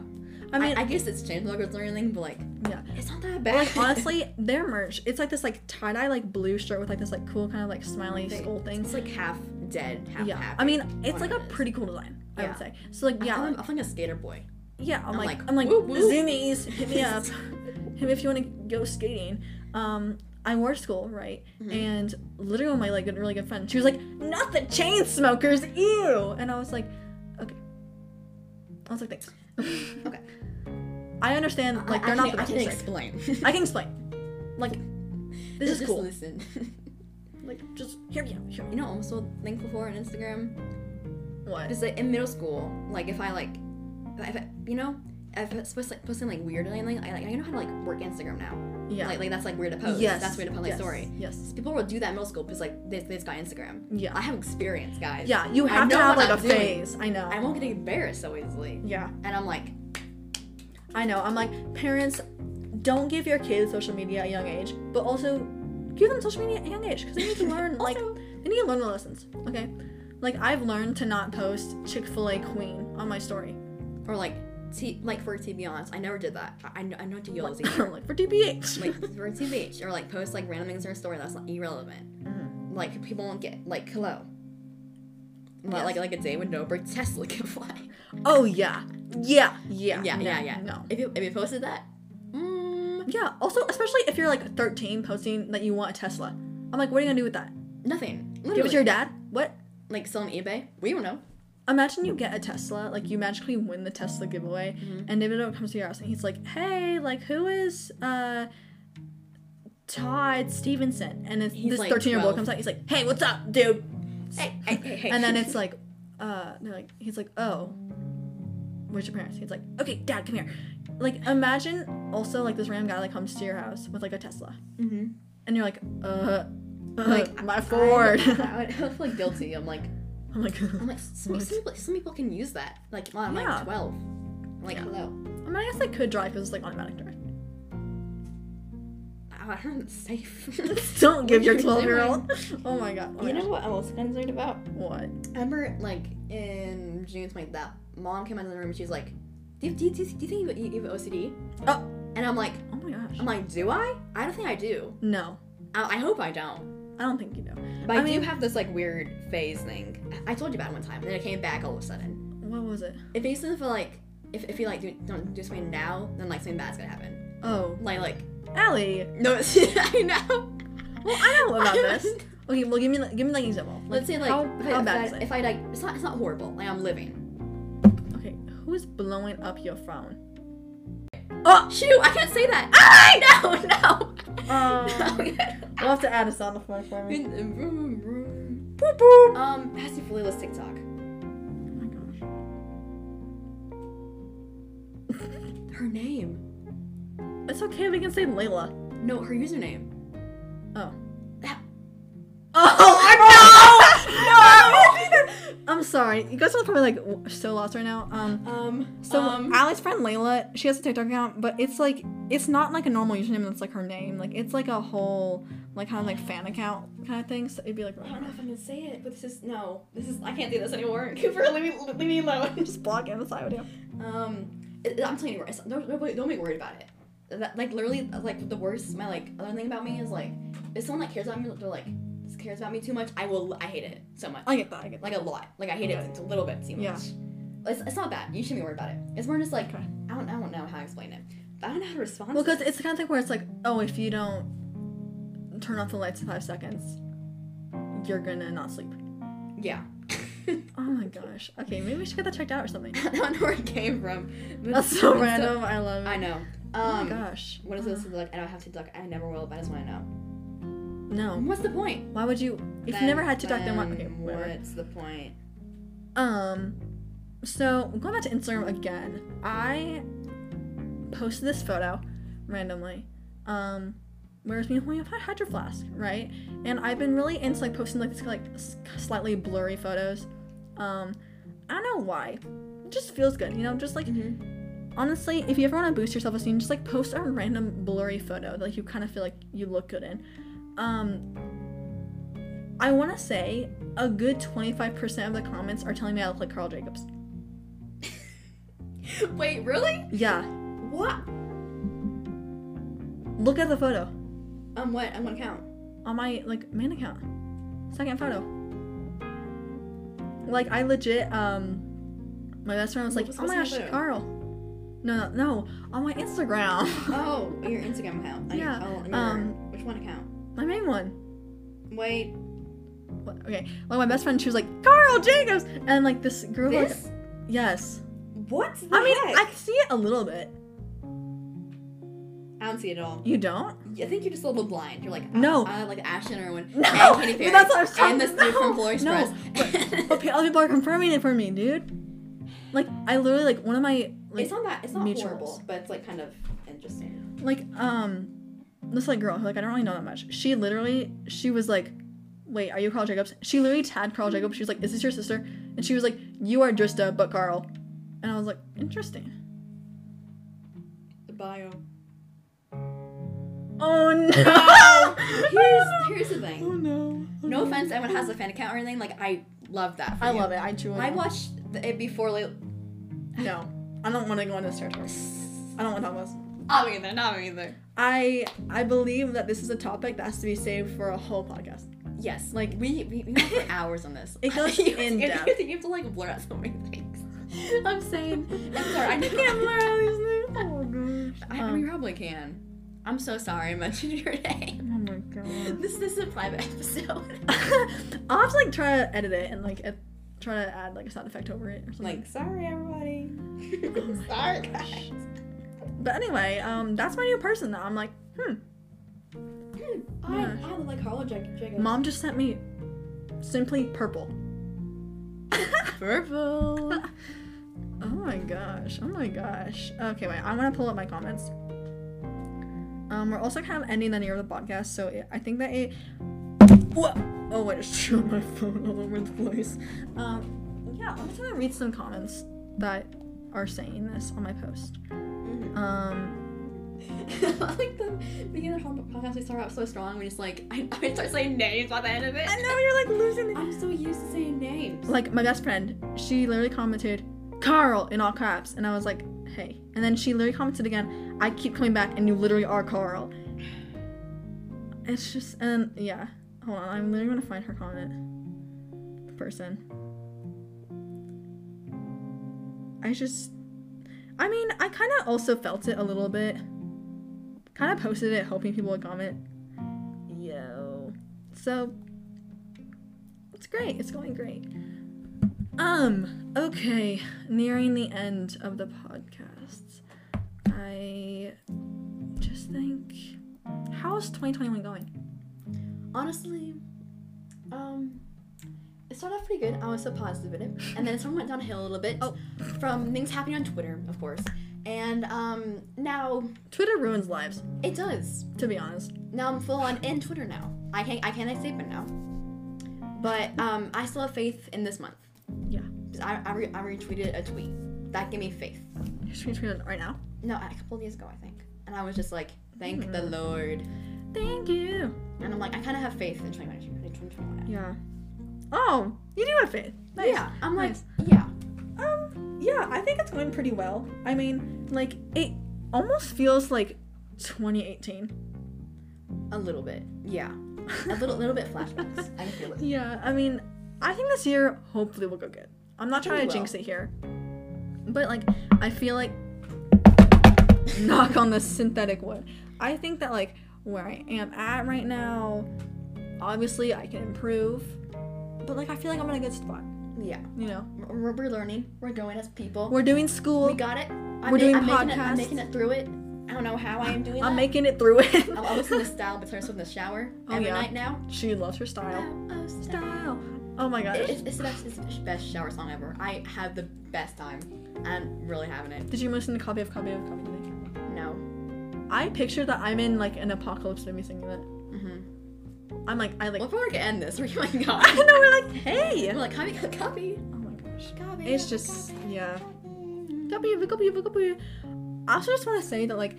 Speaker 2: I
Speaker 3: I
Speaker 2: mean,
Speaker 3: mean, I, guess it's Chainsmokers or anything, but like,
Speaker 2: yeah.
Speaker 3: it's not that
Speaker 2: But,
Speaker 3: bad.
Speaker 2: like honestly, their merch, it's like this like tie dye like blue shirt with like this like cool kind of like smiley
Speaker 3: Thing.
Speaker 2: skull thing.
Speaker 3: [LAUGHS] It's like half dead, half
Speaker 2: Yeah,
Speaker 3: happy.
Speaker 2: I mean, it's
Speaker 3: One
Speaker 2: like a
Speaker 3: of those.
Speaker 2: pretty cool design, I
Speaker 3: Yeah.
Speaker 2: would say. So like, yeah,
Speaker 3: I'm, I'm like a skater boy.
Speaker 2: Yeah, I'm,
Speaker 3: I'm
Speaker 2: like,
Speaker 3: like,
Speaker 2: I'm like
Speaker 3: woo, woo.
Speaker 2: zoomies, hit me
Speaker 3: [LAUGHS]
Speaker 2: up, hit me if you want to go skating. Um, I wore school right,
Speaker 3: Mm-hmm.
Speaker 2: and literally one of my like good- really good friend, she was like, not the chain smokers, ew, and I was like, okay. I was like, thanks.
Speaker 3: Okay.
Speaker 2: [LAUGHS] I understand, like
Speaker 3: I-
Speaker 2: they're not
Speaker 3: I can,
Speaker 2: the
Speaker 3: I
Speaker 2: best
Speaker 3: can
Speaker 2: music.
Speaker 3: explain.
Speaker 2: I can explain. Like, [LAUGHS] this is
Speaker 3: [LAUGHS] Just
Speaker 2: cool.
Speaker 3: Listen.
Speaker 2: Like, just hear me out. Hear me.
Speaker 3: you know, what I'm so thankful for on Instagram.
Speaker 2: out. What?
Speaker 3: It's like in middle school, like if I like, if I, you know, if I was like posting like weird or anything, I like I know how to like work Instagram now.
Speaker 2: yeah.
Speaker 3: Like, like that's like weird to post.
Speaker 2: yes.
Speaker 3: That's weird to post like
Speaker 2: yes.
Speaker 3: story.
Speaker 2: Yes.
Speaker 3: People will do that in middle school because like they, they just got Instagram.
Speaker 2: Yeah.
Speaker 3: I have experience, guys.
Speaker 2: Yeah. You
Speaker 3: I
Speaker 2: have to
Speaker 3: know
Speaker 2: have
Speaker 3: what
Speaker 2: like
Speaker 3: I'm
Speaker 2: a
Speaker 3: doing.
Speaker 2: phase. I know.
Speaker 3: I won't get embarrassed so easily.
Speaker 2: yeah.
Speaker 3: And I'm like,
Speaker 2: I know. I'm like, parents, don't give your kids social media at a young age, but also give them social media at a young age because they
Speaker 3: [LAUGHS]
Speaker 2: need to learn. like,
Speaker 3: Also-
Speaker 2: they need to learn their lessons. Okay. Like I've learned to not post Chick Fil A Queen on my story. [LAUGHS]
Speaker 3: or like, t- like for TB honest, I never did that. I, I know I know to
Speaker 2: [LAUGHS]
Speaker 3: yell either.
Speaker 2: like for DBH.
Speaker 3: like [LAUGHS] for TBH or like post like random things in her story that's like irrelevant.
Speaker 2: Mm-hmm.
Speaker 3: Like people won't get like hello. But like like a day when Dobrik Tesla can [LAUGHS] fly.
Speaker 2: [LAUGHS] oh yeah, yeah, yeah,
Speaker 3: Yeah,
Speaker 2: no,
Speaker 3: yeah, yeah.
Speaker 2: No.
Speaker 3: If you if you posted that, mm,
Speaker 2: Yeah. Also, especially if you're like 13, posting that you want a Tesla. I'm like, what are you gonna do with that?
Speaker 3: nothing.
Speaker 2: Give it
Speaker 3: Literally,
Speaker 2: to your dad? What?
Speaker 3: like sell on eBay. We don't know.
Speaker 2: Imagine you get a Tesla, like you magically win the Tesla giveaway,
Speaker 3: Mm-hmm.
Speaker 2: and David O comes to your house and he's like, "Hey, like who is uh Todd Stevenson?" And it's,
Speaker 3: He's
Speaker 2: this
Speaker 3: like
Speaker 2: thirteen-year-old
Speaker 3: 12.
Speaker 2: comes out, he's like, "Hey, what's up, dude?"
Speaker 3: Hey, hey, hey, hey. [LAUGHS]
Speaker 2: And then it's like, uh, they're like, he's like, "Oh, where's your parents?" He's like, "Okay, Dad, come here." Like, imagine also like this random guy like comes to your house with like a Tesla,
Speaker 3: Mhm.
Speaker 2: and you're like, "Uh, like
Speaker 3: Like,
Speaker 2: [LAUGHS] my
Speaker 3: I-
Speaker 2: Ford." [LAUGHS]
Speaker 3: I,
Speaker 2: I'm
Speaker 3: would- [LAUGHS] I would feel like guilty. I'm like
Speaker 2: like, [LAUGHS]
Speaker 3: I'm like some,
Speaker 2: What?
Speaker 3: some people some people can use that. Like well, I'm
Speaker 2: Yeah.
Speaker 3: like twelve. I'm like
Speaker 2: Yeah.
Speaker 3: hello.
Speaker 2: I mean, I guess I could drive because it's like automatic drive.
Speaker 3: I God, Ah, [LAUGHS]
Speaker 2: [LAUGHS]
Speaker 3: I'm safe.
Speaker 2: Don't give
Speaker 3: What
Speaker 2: your
Speaker 3: you
Speaker 2: 12 year old. Oh my god. Oh
Speaker 3: you
Speaker 2: my
Speaker 3: know
Speaker 2: gosh.
Speaker 3: what I was concerned about?
Speaker 2: What?
Speaker 3: I remember, like, in June, something like that, mom came out of the room and she was like, do, do, do, do you think you, you have OCD?
Speaker 2: Oh.
Speaker 3: And I'm like,
Speaker 2: Oh my gosh.
Speaker 3: I'm like, do I? I don't think I do.
Speaker 2: No,
Speaker 3: I, I hope I don't.
Speaker 2: I don't think you know.
Speaker 3: But I,
Speaker 2: I mean-
Speaker 3: do have this, like, weird phase thing. I I told you about it one time, and then it came back all of a sudden.
Speaker 2: What was it?
Speaker 3: It basically felt like, if, if you, like, do, don't do something now, then, like, something bad's gonna happen.
Speaker 2: Oh,
Speaker 3: Like, like, [LAUGHS]
Speaker 2: Allie.
Speaker 3: no, I know.
Speaker 2: Well, I know
Speaker 3: [LAUGHS]
Speaker 2: about this. Okay, well, give me like, give me like an example.
Speaker 3: Let's say, like,
Speaker 2: how,
Speaker 3: if, I-
Speaker 2: how
Speaker 3: if
Speaker 2: bad
Speaker 3: I,
Speaker 2: is it?
Speaker 3: if I, like, it's not, it's not horrible. Like, I'm living.
Speaker 2: okay, who's blowing up your phone?
Speaker 3: Oh, shoot, I can't say that. Ah, [LAUGHS] no, no.
Speaker 2: Um, we'll have to add a sound effect for me.
Speaker 3: um,
Speaker 2: Boop boop.
Speaker 3: Patsy Falila's TikTok.
Speaker 2: Oh my gosh.
Speaker 3: Her name.
Speaker 2: It's okay. We can say Layla.
Speaker 3: No, her username.
Speaker 2: Oh.
Speaker 3: That-
Speaker 2: Oh no! [LAUGHS] no! I'm sorry. You guys are probably like w- so lost right now. Um.
Speaker 3: Um,
Speaker 2: So
Speaker 3: um,
Speaker 2: Ali's friend Layla, she has a TikTok account, but it's like it's not like a normal username that's like her name. Like it's like a whole like kind of like fan account kind of thing. So it'd be like
Speaker 3: I don't know if I can say it, but this is, no, this is, I can't do this anymore. [LAUGHS] Cooper, leave me, leave me
Speaker 2: [LAUGHS]
Speaker 3: alone.
Speaker 2: just block and side with you.
Speaker 3: um, it, I'm telling you, it's- don't, nobody, don't be worried about it. That, like, literally, like, the worst, my, like, other thing about me is, like, if someone, like, cares about me, they're like, this cares about me too much, I will, I hate it so much.
Speaker 2: I get that. I get that.
Speaker 3: like a lot. Like I hate it. It's a little bit too much.
Speaker 2: Yeah.
Speaker 3: It's, it's not bad. You shouldn't be worried about it. It's more just like
Speaker 2: Okay.
Speaker 3: I don't I don't know how to explain it. I don't know how to respond.
Speaker 2: Well,
Speaker 3: to
Speaker 2: because it's the kind of thing where it's like, oh, if you don't turn off the lights in five seconds, you're gonna not sleep.
Speaker 3: it. yeah, [LAUGHS]
Speaker 2: Oh my gosh. Okay, maybe we should get that checked out or [LAUGHS] something.
Speaker 3: I don't know where it came from.
Speaker 2: [LAUGHS]
Speaker 3: but
Speaker 2: That's so
Speaker 3: it's
Speaker 2: random. I love it.
Speaker 3: I know. Um,
Speaker 2: Oh my gosh.
Speaker 3: What is this like? I don't have TikTok. I never will. But I just want to know. Um,
Speaker 2: No.
Speaker 3: What's the point?
Speaker 2: Why would you? If
Speaker 3: Then-
Speaker 2: you never had TikTok, then why? Okay,
Speaker 3: then
Speaker 2: whatever.
Speaker 3: What's the point?
Speaker 2: Um, so going back to Instagram again, I posted this photo randomly. Um, where's me holding up a hydro flask, right? And I've been really into like posting like this like s- slightly blurry photos. Um, I don't know why. It just feels good, you know. Just like
Speaker 3: Mm-hmm.
Speaker 2: honestly, if you ever want to boost your self esteem, just like post a random blurry photo that like, you kind of feel like you look good in. Um, I want to say a good 25% of the comments are telling me I look like Carl Jacobs.
Speaker 3: [LAUGHS] Wait, really?
Speaker 2: Yeah,
Speaker 3: What?
Speaker 2: look at the photo
Speaker 3: Um, what? I'm gonna count.
Speaker 2: on my like man account. Second photo. Like I legit um my best friend was like,
Speaker 3: What was
Speaker 2: "Oh my
Speaker 3: the
Speaker 2: gosh,
Speaker 3: second photo?"
Speaker 2: Carl." No, no, no, on my Instagram. [LAUGHS]
Speaker 3: Oh, your Instagram account. I-
Speaker 2: Yeah,
Speaker 3: oh, your-
Speaker 2: um,
Speaker 3: which one account?
Speaker 2: my main one.
Speaker 3: Wait.
Speaker 2: What? Okay, like my best friend, she was like Carl Jacobs, and like this girl, like,
Speaker 3: This?
Speaker 2: yes.
Speaker 3: What's the
Speaker 2: I mean,
Speaker 3: heck?
Speaker 2: I can see it a little bit.
Speaker 3: I don't see it at all.
Speaker 2: You don't?
Speaker 3: I think you're just a little blind. You're like
Speaker 2: No.
Speaker 3: I, I like Ashton Irwin
Speaker 2: No,
Speaker 3: and Katy
Speaker 2: but
Speaker 3: Perry
Speaker 2: [LAUGHS] that's what I'm saying.
Speaker 3: and this dude
Speaker 2: No,
Speaker 3: from Polar
Speaker 2: no,
Speaker 3: Express.
Speaker 2: [LAUGHS] But pe- other people are confirming it for me, dude. Like I literally like one of my like
Speaker 3: [LAUGHS] it's not that it's not
Speaker 2: mutuals.
Speaker 3: horrible, but it's like kind of
Speaker 2: [LAUGHS]
Speaker 3: interesting.
Speaker 2: like um this like girl who like I don't really know that much. She literally she was like, wait, are you Carl Jacobs? She literally tagged Carl Jacobs. She was like, is this your sister? And she was like, you are Drista, but Carl. And I was like, interesting.
Speaker 3: The bio.
Speaker 2: Oh [LAUGHS] no.
Speaker 3: Here's here's the
Speaker 2: oh
Speaker 3: thing.
Speaker 2: no.
Speaker 3: No offense, to anyone who has a fan account or anything. Like I love that. For
Speaker 2: I
Speaker 3: you.
Speaker 2: love it. I truly.
Speaker 3: I
Speaker 2: love it.
Speaker 3: watched the, it before. Like,
Speaker 2: No, I don't want to go on this territory. I don't want to talk about this.
Speaker 3: not me either. Not me either.
Speaker 2: I I believe that this is a topic that has to be saved for a whole podcast.
Speaker 3: Yes,
Speaker 2: Like-
Speaker 3: like we we, we
Speaker 2: [LAUGHS]
Speaker 3: went for hours on this. [LAUGHS]
Speaker 2: It goes
Speaker 3: you,
Speaker 2: in
Speaker 3: you,
Speaker 2: depth.
Speaker 3: You, have to like blur out so many things. I'm saying. I'm sorry.
Speaker 2: [LAUGHS]
Speaker 3: I
Speaker 2: I can't blur all these names. [LAUGHS] Oh gosh.
Speaker 3: I, we probably can. I'm so sorry I mentioned your name. [LAUGHS]
Speaker 2: oh my god.
Speaker 3: This, this is a private [LAUGHS] episode.
Speaker 2: [LAUGHS] I'll have to like try to edit it and like ed- try to add like a sound effect over it or something.
Speaker 3: like, sorry
Speaker 2: [LAUGHS]
Speaker 3: everybody.
Speaker 2: my
Speaker 3: sorry
Speaker 2: gosh.
Speaker 3: guys.
Speaker 2: But anyway, um, that's my new person. That I'm like, hmm.
Speaker 3: I, I look like Carla Jac-
Speaker 2: [LAUGHS]
Speaker 3: Jacobs.
Speaker 2: Mom just sent me simply purple.
Speaker 3: Purple.
Speaker 2: Oh my gosh. Oh my gosh. Okay, wait. I want to pull up my comments. Um, we're also kind of ending the year of the podcast, so it, I think that it. Whoa! Oh, I just [LAUGHS] threw my phone all over the place. Um, yeah, I'm just gonna read Mm-hmm. some comments that are saying this on my post. Um,
Speaker 3: [LAUGHS] I like the beginning of the whole podcast, we start out so strong. We just like [LAUGHS] I, I start saying names by the end of it.
Speaker 2: I know you're like losing it.
Speaker 3: I'm so used to saying names.
Speaker 2: Like my best friend, she literally commented, Carl in all caps, and I was like, hey. And then she literally commented again, I keep coming back and you literally are Carl. It's just and yeah. Hold on, I'm literally gonna find her comment. The person. I just I mean, I kinda also felt it a little bit. Kinda posted it hoping people would comment. Yo. So it's great. It's going great. Um, okay, nearing the end of the podcast. I just think how's 2021 going?
Speaker 3: honestly, um, it started off pretty good. I was so positive in it, and then it sort of went downhill a little bit
Speaker 2: Oh.
Speaker 3: from things happening on Twitter, of course. And um, now
Speaker 2: Twitter ruins lives,
Speaker 3: it does.
Speaker 2: to be honest.
Speaker 3: Now I'm full on in Twitter now. I can't I can't escape it now. But um, I still have faith in this month.
Speaker 2: Yeah.
Speaker 3: 'Cause I, I, re- I retweeted a tweet that gave me faith.
Speaker 2: You're just gonna tweet it right now.
Speaker 3: No, a couple of days ago I think, and I was just like, thank the
Speaker 2: Hmm.
Speaker 3: Lord.
Speaker 2: Thank you.
Speaker 3: And I'm like, I kind of have faith in 2021. 2021.
Speaker 2: Yeah. Oh, you do have faith. Nice.
Speaker 3: Yeah, I'm like,
Speaker 2: Nice.
Speaker 3: yeah.
Speaker 2: Um, yeah, I think it's going pretty well. I mean, like, it almost feels like 2018.
Speaker 3: A little bit, yeah. A little, little bit
Speaker 2: [LAUGHS]
Speaker 3: flashbacks. I feel it.
Speaker 2: Yeah, I mean, I think this year hopefully will go good. I'm not trying
Speaker 3: We
Speaker 2: to jinx
Speaker 3: will.
Speaker 2: it here, but like, I feel like knock on the synthetic wood. I think that like where I am at right now, obviously I can improve, but like I feel like I'm in a good spot.
Speaker 3: Yeah,
Speaker 2: You know,
Speaker 3: we're, we're learning. We're going as people.
Speaker 2: we're doing school.
Speaker 3: we got it. I'm
Speaker 2: we're doing
Speaker 3: I'm Making it, I'm
Speaker 2: podcasts.
Speaker 3: making it through it. I don't know how I am doing.
Speaker 2: I'm
Speaker 3: that.
Speaker 2: making it through it.
Speaker 3: I'm always in the style, but starts in the shower
Speaker 2: Oh,
Speaker 3: every
Speaker 2: yeah.
Speaker 3: night now.
Speaker 2: [LAUGHS] she loves her style.
Speaker 3: Oh,
Speaker 2: Style. Oh my gosh.
Speaker 3: It- It's, it's the best, it's the best shower song ever. I have the best time. I'm really having it.
Speaker 2: Did you listen to Copy of Copy of Copy today?
Speaker 3: No.
Speaker 2: I picture that I'm in like an apocalypse movie singing that.
Speaker 3: Mm-hmm.
Speaker 2: I'm like, I like.
Speaker 3: Well, Oh if we're gonna end this, [LAUGHS] we're going on.
Speaker 2: [LAUGHS] I know we're like, hey.
Speaker 3: we're like, copy, copy,
Speaker 2: Oh my gosh.
Speaker 3: copy.
Speaker 2: It's just yeah.
Speaker 3: copy.
Speaker 2: Copy, copy, copy. I also just want to say that like,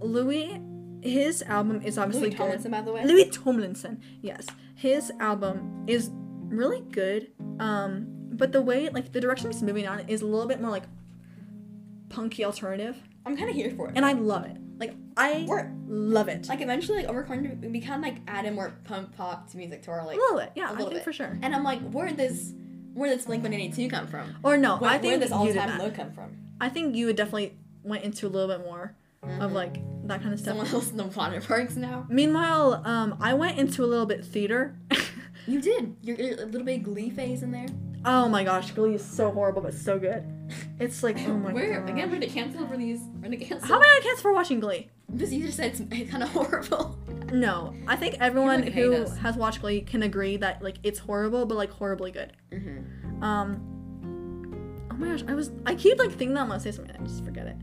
Speaker 2: Louis, his album is obviously
Speaker 3: Louis Tomlinson, by the way.
Speaker 2: good. Louis Tomlinson, yes, his album is really good. Um, but the way like the direction it's moving on is a little bit more like punky alternative,
Speaker 3: I'm kind of here for it.
Speaker 2: and I love it. Like I
Speaker 3: We're-
Speaker 2: love it.
Speaker 3: like eventually like over quarantine we kind of like added more pump pop to music to our like
Speaker 2: a little bit, yeah,
Speaker 3: a
Speaker 2: I
Speaker 3: little
Speaker 2: think
Speaker 3: bit.
Speaker 2: for sure.
Speaker 3: and i'm like where did this where did this blink 182 come from
Speaker 2: Or no,
Speaker 3: where,
Speaker 2: I think
Speaker 3: where did this all
Speaker 2: you did
Speaker 3: time
Speaker 2: that.
Speaker 3: low come from [LAUGHS]
Speaker 2: I think you would definitely went into a little bit more of like that kind of stuff.
Speaker 3: Mm-hmm. someone else in the water parks now
Speaker 2: Meanwhile, um, I went into a little bit theater. [LAUGHS]
Speaker 3: you did you're, you're a little bit of glee phase in there
Speaker 2: oh my gosh, Glee is so horrible but so good. It's like oh my
Speaker 3: where
Speaker 2: god.
Speaker 3: again we're gonna cancel over these we're gonna cancel
Speaker 2: How am I on cancel for watching Glee?
Speaker 3: because you just said it's, it's kind of [LAUGHS] horrible
Speaker 2: No, I think everyone
Speaker 3: People hate
Speaker 2: who
Speaker 3: us.
Speaker 2: has watched Glee can agree that like it's horrible but like horribly good.
Speaker 3: mm-hmm.
Speaker 2: Um, oh my gosh, I was I keep like thinking that I'm gonna say something, I just forget it.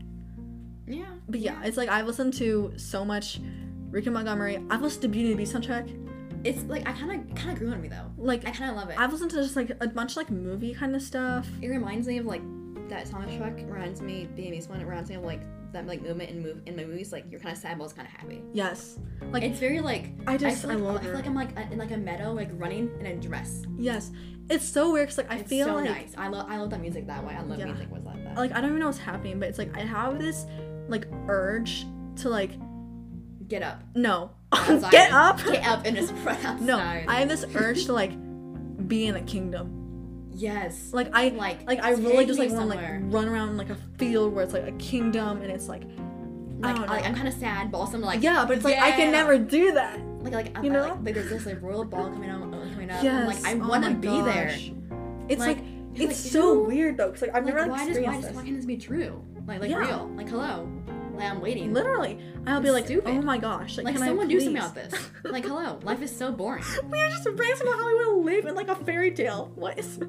Speaker 3: yeah
Speaker 2: But yeah, it's like I've listened to so much Rick and Montgomery. I've listened to Beauty and the Beast soundtrack.
Speaker 3: it's like i kind of kind of grew on me though
Speaker 2: Like
Speaker 3: i kind of love it
Speaker 2: I've listened to just like a bunch of like movie kind of stuff.
Speaker 3: it reminds me of like that soundtrack reminds me being East one it reminds me of like that like moment in move in my movies like you're kind of sad but also kind of happy
Speaker 2: Yes. Like
Speaker 3: It's very like
Speaker 2: I just I,
Speaker 3: feel like,
Speaker 2: love
Speaker 3: I feel
Speaker 2: her.
Speaker 3: like I'm like in like a meadow, like running in a dress.
Speaker 2: yes. It's so weird cuz like I
Speaker 3: It's
Speaker 2: feel
Speaker 3: so
Speaker 2: like
Speaker 3: nice. I love I love that music that way. I love
Speaker 2: Yeah.
Speaker 3: music was like that.
Speaker 2: like I don't even know what's happening, but it's like I have this like urge to like
Speaker 3: Get
Speaker 2: [LAUGHS]
Speaker 3: up,
Speaker 2: no.
Speaker 3: Outside.
Speaker 2: Get up.
Speaker 3: get up, and just run outside.
Speaker 2: no. I have this urge to like be in a kingdom.
Speaker 3: yes,
Speaker 2: Like I
Speaker 3: Like,
Speaker 2: like I really
Speaker 3: take
Speaker 2: just
Speaker 3: me
Speaker 2: like want to
Speaker 3: somewhere.
Speaker 2: like run around like a field where it's like a kingdom and it's like
Speaker 3: like,
Speaker 2: don't
Speaker 3: I,
Speaker 2: know.
Speaker 3: am kind of sad, but also I'm like
Speaker 2: yeah, but it's like I
Speaker 3: yeah.
Speaker 2: can never do that.
Speaker 3: like like I,
Speaker 2: you
Speaker 3: I
Speaker 2: know?
Speaker 3: like, like there's this like royal ball coming up, coming up. I'm
Speaker 2: Yes.
Speaker 3: like I
Speaker 2: oh
Speaker 3: want to
Speaker 2: my
Speaker 3: be there.
Speaker 2: gosh. It's like,
Speaker 3: Like,
Speaker 2: it's
Speaker 3: you're like,
Speaker 2: so
Speaker 3: who-
Speaker 2: weird though, cause like I've
Speaker 3: Like,
Speaker 2: never like,
Speaker 3: why does why
Speaker 2: experienced
Speaker 3: does
Speaker 2: this.
Speaker 3: why can't this be true? Like like
Speaker 2: Yeah.
Speaker 3: real? Like hello, like I'm waiting.
Speaker 2: Literally, I'll be
Speaker 3: It's
Speaker 2: like,
Speaker 3: stupid.
Speaker 2: oh my gosh, like,
Speaker 3: Like
Speaker 2: can I
Speaker 3: someone do something
Speaker 2: please?"
Speaker 3: about this. like hello, life is so
Speaker 2: [LAUGHS]
Speaker 3: boring.
Speaker 2: we are just ranting about how we want to live in like a fairy tale. What is? [LAUGHS]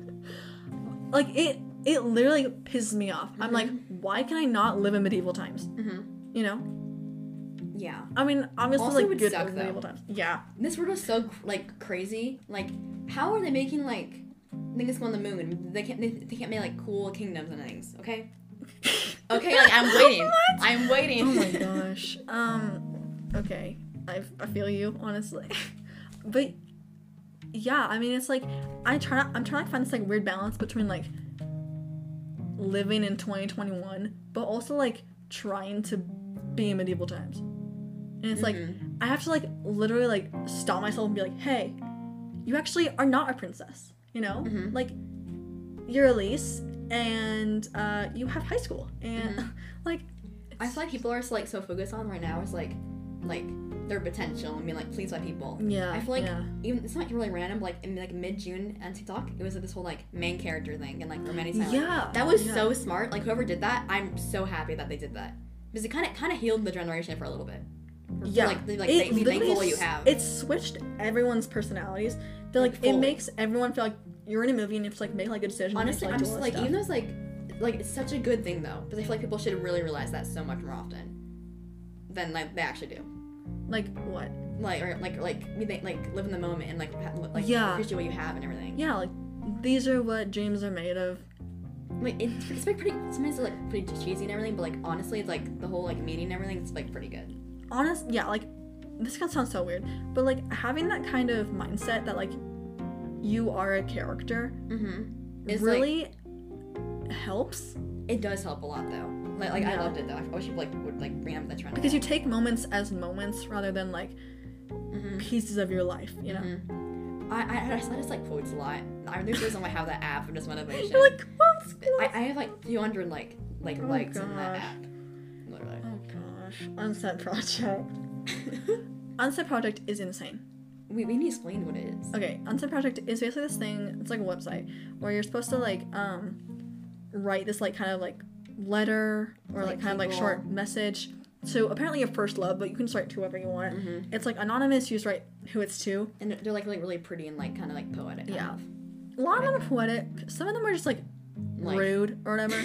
Speaker 2: like it, it literally pisses me off. I'm like,
Speaker 3: Mm-hmm.
Speaker 2: why can I not live in medieval times?
Speaker 3: hmm
Speaker 2: You know,
Speaker 3: Yeah.
Speaker 2: I mean, obviously,
Speaker 3: Also
Speaker 2: like
Speaker 3: would
Speaker 2: good
Speaker 3: suck,
Speaker 2: over
Speaker 3: though.
Speaker 2: medieval times. Yeah,
Speaker 3: This world is so cr- like crazy. Like, how are they making like
Speaker 2: [LAUGHS]
Speaker 3: things go on the moon? They can't. They, they can't make like cool kingdoms and things. Okay. Okay, like I'm waiting. I'm waiting.
Speaker 2: Oh
Speaker 3: [LAUGHS]
Speaker 2: my gosh. Um, okay. I, I feel you, honestly. [LAUGHS] But yeah, I mean, it's like I try. I'm trying to find this like weird balance between like living in 2021, but also like trying to be in medieval times. And it's like I have to like literally like stop myself and be like, hey, you actually are not a princess. You know, like you're Elise, and uh, you have high school, and [LAUGHS] like
Speaker 3: I feel like people are like so focused on right now is like like their potential and being like pleased by people.
Speaker 2: Yeah,
Speaker 3: I feel like
Speaker 2: yeah.
Speaker 3: even it's not really random. Like in like mid June on TikTok, it was like this whole like main character thing and like romantic silence.
Speaker 2: Yeah,
Speaker 3: that was
Speaker 2: yeah.
Speaker 3: so smart. Like whoever did that, I'm so happy that they did that because it kind of kind of healed the generation for a little bit. For,
Speaker 2: Yeah,
Speaker 3: like they, like
Speaker 2: It
Speaker 3: they, be
Speaker 2: literally
Speaker 3: thankful what you
Speaker 2: s-
Speaker 3: have.
Speaker 2: It switched everyone's personalities. They're like, it
Speaker 3: Full.
Speaker 2: makes everyone feel like you're in a movie and you have to like make like a decision. and you have
Speaker 3: Honestly,
Speaker 2: to,
Speaker 3: I'm
Speaker 2: do
Speaker 3: just
Speaker 2: all
Speaker 3: like
Speaker 2: this
Speaker 3: even though
Speaker 2: stuff.
Speaker 3: it's like like it's such a good thing though because I feel like people should really realize that so much more often than like they actually do.
Speaker 2: like what?
Speaker 3: like or like like we think like live in the moment and like ha- like
Speaker 2: Yeah.
Speaker 3: appreciate what you have and everything.
Speaker 2: Yeah, like these are what dreams are made of.
Speaker 3: Like it, it's like pretty. Sometimes it's like pretty cheesy and everything, but like honestly, it's like the whole like meaning and everything. It's like pretty good.
Speaker 2: Honest, yeah, like this gonna sound so weird, but like having that kind of mindset that like you are a character
Speaker 3: Mm-hmm. It's Like,
Speaker 2: really helps
Speaker 3: it does help a lot though. Like like I
Speaker 2: Yeah.
Speaker 3: loved it though. I wish you like would like bring up that trend.
Speaker 2: because you take moments as moments rather than like
Speaker 3: Mm-hmm.
Speaker 2: pieces of your life. You know,
Speaker 3: I I, I, just, I just like quotes a lot. I, there's a reason why I have that app for just motivation.
Speaker 2: you're like, "Well, it's-
Speaker 3: I, I have like 200 like like
Speaker 2: Oh,
Speaker 3: likes in that
Speaker 2: gosh.
Speaker 3: app. Literally.
Speaker 2: Oh gosh, Unset Project. [LAUGHS] Unset Project is insane.
Speaker 3: We, we need to explain what it is.
Speaker 2: Okay, Unset Project is basically this thing, it's like a website where you're supposed to like um write this like kind of like letter or like,
Speaker 3: Like
Speaker 2: kind of like
Speaker 3: people-
Speaker 2: short message. So apparently your first love, but you can just write to whoever you want.
Speaker 3: Mm-hmm.
Speaker 2: It's like anonymous, you just write who it's to.
Speaker 3: And they're like like really pretty and like kind of like poetic. kind
Speaker 2: Yeah.
Speaker 3: of.
Speaker 2: A lot of them are poetic, some of them are just like,
Speaker 3: Like-
Speaker 2: rude or
Speaker 3: [LAUGHS]
Speaker 2: whatever.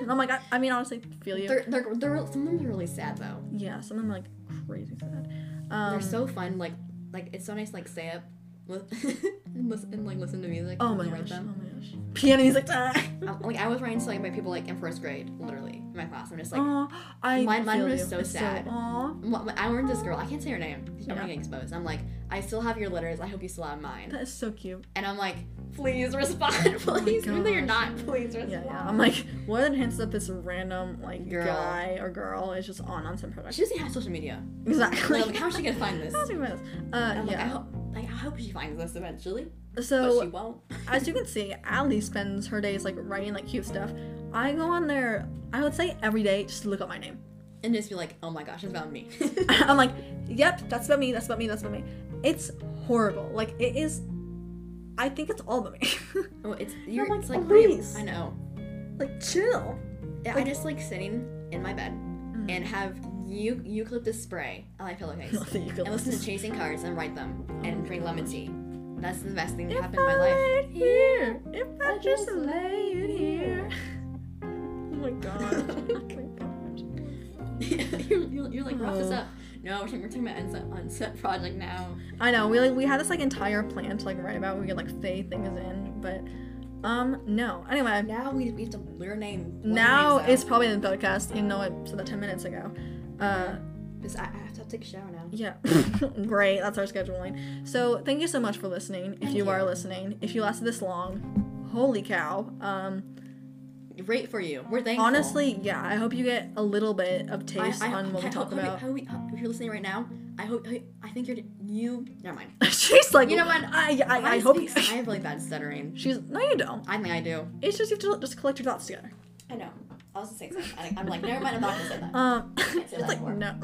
Speaker 2: and I'm like, I, I mean honestly, feel you.
Speaker 3: They're, they're, they're, some of them are really sad though.
Speaker 2: yeah, some of them are like crazy sad. Um,
Speaker 3: they're so fun. Like like it's so nice. Like stay up, li- [LAUGHS] and listen and like listen to music.
Speaker 2: Oh my
Speaker 3: and write
Speaker 2: gosh. Oh
Speaker 3: them.
Speaker 2: my gosh. Piano music [LAUGHS] ah. time.
Speaker 3: I- like I was writing to like my people like in first grade, literally in my class. I'm just like.
Speaker 2: Aw, I
Speaker 3: mine- mine
Speaker 2: feel
Speaker 3: was
Speaker 2: you.
Speaker 3: so
Speaker 2: It's
Speaker 3: sad.
Speaker 2: aw.
Speaker 3: "Wh- I learned this girl. I can't say her name. I'm
Speaker 2: Yeah.
Speaker 3: gonna get exposed. I'm like, I still have your letters. I hope you still have mine.
Speaker 2: that is so cute.
Speaker 3: And I'm like, please respond, [LAUGHS] please. Even though you're
Speaker 2: Oh gosh.
Speaker 3: not, please respond.
Speaker 2: Yeah, yeah. I'm like, what are the chances of this random like
Speaker 3: Girl.
Speaker 2: guy or girl is just on on some
Speaker 3: She
Speaker 2: production?
Speaker 3: doesn't even have social
Speaker 2: [LAUGHS]
Speaker 3: media.
Speaker 2: Exactly.
Speaker 3: [LAUGHS]
Speaker 2: [LAUGHS]
Speaker 3: Like, how's she Oh gonna find this?
Speaker 2: How's she gonna find this? Uh,
Speaker 3: I'm like, I
Speaker 2: yeah.
Speaker 3: hope, like, I hope she finds this eventually, but she
Speaker 2: so
Speaker 3: won't.
Speaker 2: as you can see, Ali spends her days like writing like cute stuff. I go on there. I would say every day just to look up my name. [LAUGHS]
Speaker 3: And just be like, oh my gosh, it's about me. [LAUGHS]
Speaker 2: I'm like, yep, that's about me. That's about me. That's about me. It's horrible. Like it is. I think it's all about me. [LAUGHS]
Speaker 3: Oh, it's you're
Speaker 2: like,
Speaker 3: it's like pretty-
Speaker 2: "Elise."
Speaker 3: I know.
Speaker 2: like chill. [LAUGHS]
Speaker 3: Yeah, I
Speaker 2: Like-
Speaker 3: just like sitting in my bed
Speaker 2: Mm.
Speaker 3: and have eu- eucalyptus spray on
Speaker 2: [LAUGHS]
Speaker 3: my pillowcase
Speaker 2: Not that you can
Speaker 3: and listen to chasing cars and write them and drink lemon tea. That's the best thing that
Speaker 2: If
Speaker 3: happened in my
Speaker 2: I
Speaker 3: life.
Speaker 2: laid here, if I just laid here. [LAUGHS] Oh
Speaker 3: [LAUGHS]
Speaker 2: my gosh. oh my gosh.
Speaker 3: you're, you're, you're like, wrap this
Speaker 2: Oh.
Speaker 3: up. No, we're talking, we're talking about unset, unset project now.
Speaker 2: I know. We like we had this like entire plan to like write about. where We could like say things in, but um no. Anyway, now,
Speaker 3: Now we, we have to learn name.
Speaker 2: it's probably in the podcast. You know, I said that ten minutes ago. Uh,
Speaker 3: Because I, I have to take a shower now.
Speaker 2: yeah, [LAUGHS] great. That's our scheduling. So thank you so much for listening. If
Speaker 3: Thank
Speaker 2: you, are
Speaker 3: you.
Speaker 2: listening, if you lasted this long, holy cow. Um,
Speaker 3: Great for you. We're thankful.
Speaker 2: honestly, yeah. I hope you get a little bit of
Speaker 3: I,
Speaker 2: taste
Speaker 3: I,
Speaker 2: on what
Speaker 3: I
Speaker 2: we
Speaker 3: hope-
Speaker 2: talk
Speaker 3: hope you-
Speaker 2: about.
Speaker 3: hope we- hope- if you're listening right now, I hope I, I think you're you. Never mind.
Speaker 2: [LAUGHS] She's like,
Speaker 3: You know what?
Speaker 2: I, I, I,
Speaker 3: I
Speaker 2: hope.
Speaker 3: speak- I [LAUGHS] have really bad stuttering.
Speaker 2: She's no, you don't.
Speaker 3: I think I do.
Speaker 2: It's just you have to just collect your thoughts together.
Speaker 3: I know. I was just saying something. I- I'm like, never mind. I'm not gonna say that.
Speaker 2: Um, [LAUGHS]
Speaker 3: say
Speaker 2: it's
Speaker 3: that
Speaker 2: like
Speaker 3: more.
Speaker 2: no.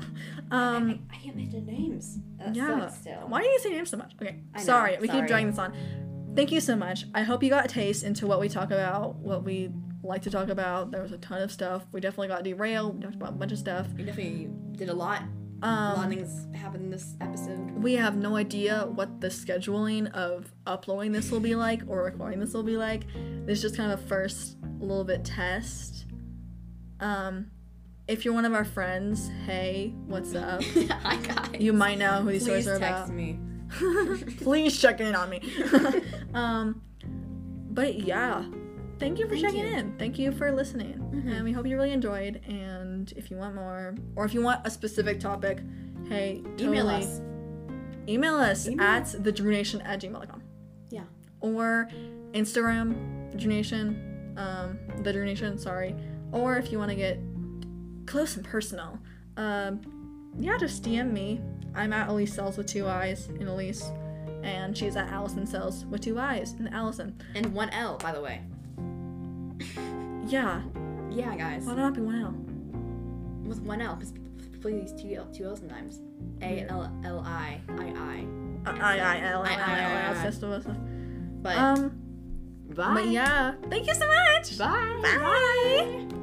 Speaker 3: I,
Speaker 2: Um,
Speaker 3: I can't mention names. That
Speaker 2: yeah.
Speaker 3: sucks still.
Speaker 2: Why do you say names so much? Okay,
Speaker 3: I know,
Speaker 2: sorry, we keep
Speaker 3: sorry.
Speaker 2: dragging this on. Thank you so much. I hope you got a taste into what we talk about, what we like to talk about. There was a ton of stuff. We definitely got derailed. We talked about a bunch of stuff.
Speaker 3: You definitely did a lot. a lot of
Speaker 2: Um,
Speaker 3: things happened in this episode. [LAUGHS]
Speaker 2: we have no idea what the scheduling of uploading this will be like or recording this will be like. This is just kind of a first little bit test. Um, if you're one of our friends, hey, what's up?
Speaker 3: Hi guys.
Speaker 2: You might know who these
Speaker 3: Please
Speaker 2: stories are
Speaker 3: text
Speaker 2: about.
Speaker 3: me.
Speaker 2: [LAUGHS] Please check in on me. um, but yeah, thank you for
Speaker 3: Thank
Speaker 2: checking
Speaker 3: you.
Speaker 2: in. Thank you for listening.
Speaker 3: Mhm.
Speaker 2: And we hope you really enjoyed. And if you want more, or if you want a specific topic, hey, totally
Speaker 3: Email us.
Speaker 2: Email us
Speaker 3: Email
Speaker 2: at thedrewnation at gmail.com.
Speaker 3: Yeah.
Speaker 2: Or Instagram, drewnation, um, the drewnation, sorry. Or if you want to get close and personal, um, yeah, just DM me. I'm at Elise Sells with two eyes in Elise. And she's at Allison Sells with two eyes in Allison.
Speaker 3: And one L, by the way.
Speaker 2: Yeah.
Speaker 3: Yeah, guys.
Speaker 2: Why not be one L?
Speaker 3: With one L, because people use two L, two L sometimes. A L L I I I.
Speaker 2: I I I L I
Speaker 3: I- I- I-
Speaker 2: I
Speaker 3: I-
Speaker 2: L Festival or something.
Speaker 3: But
Speaker 2: Um,
Speaker 3: bye.
Speaker 2: but yeah, thank you so much.
Speaker 3: Bye.
Speaker 2: Bye.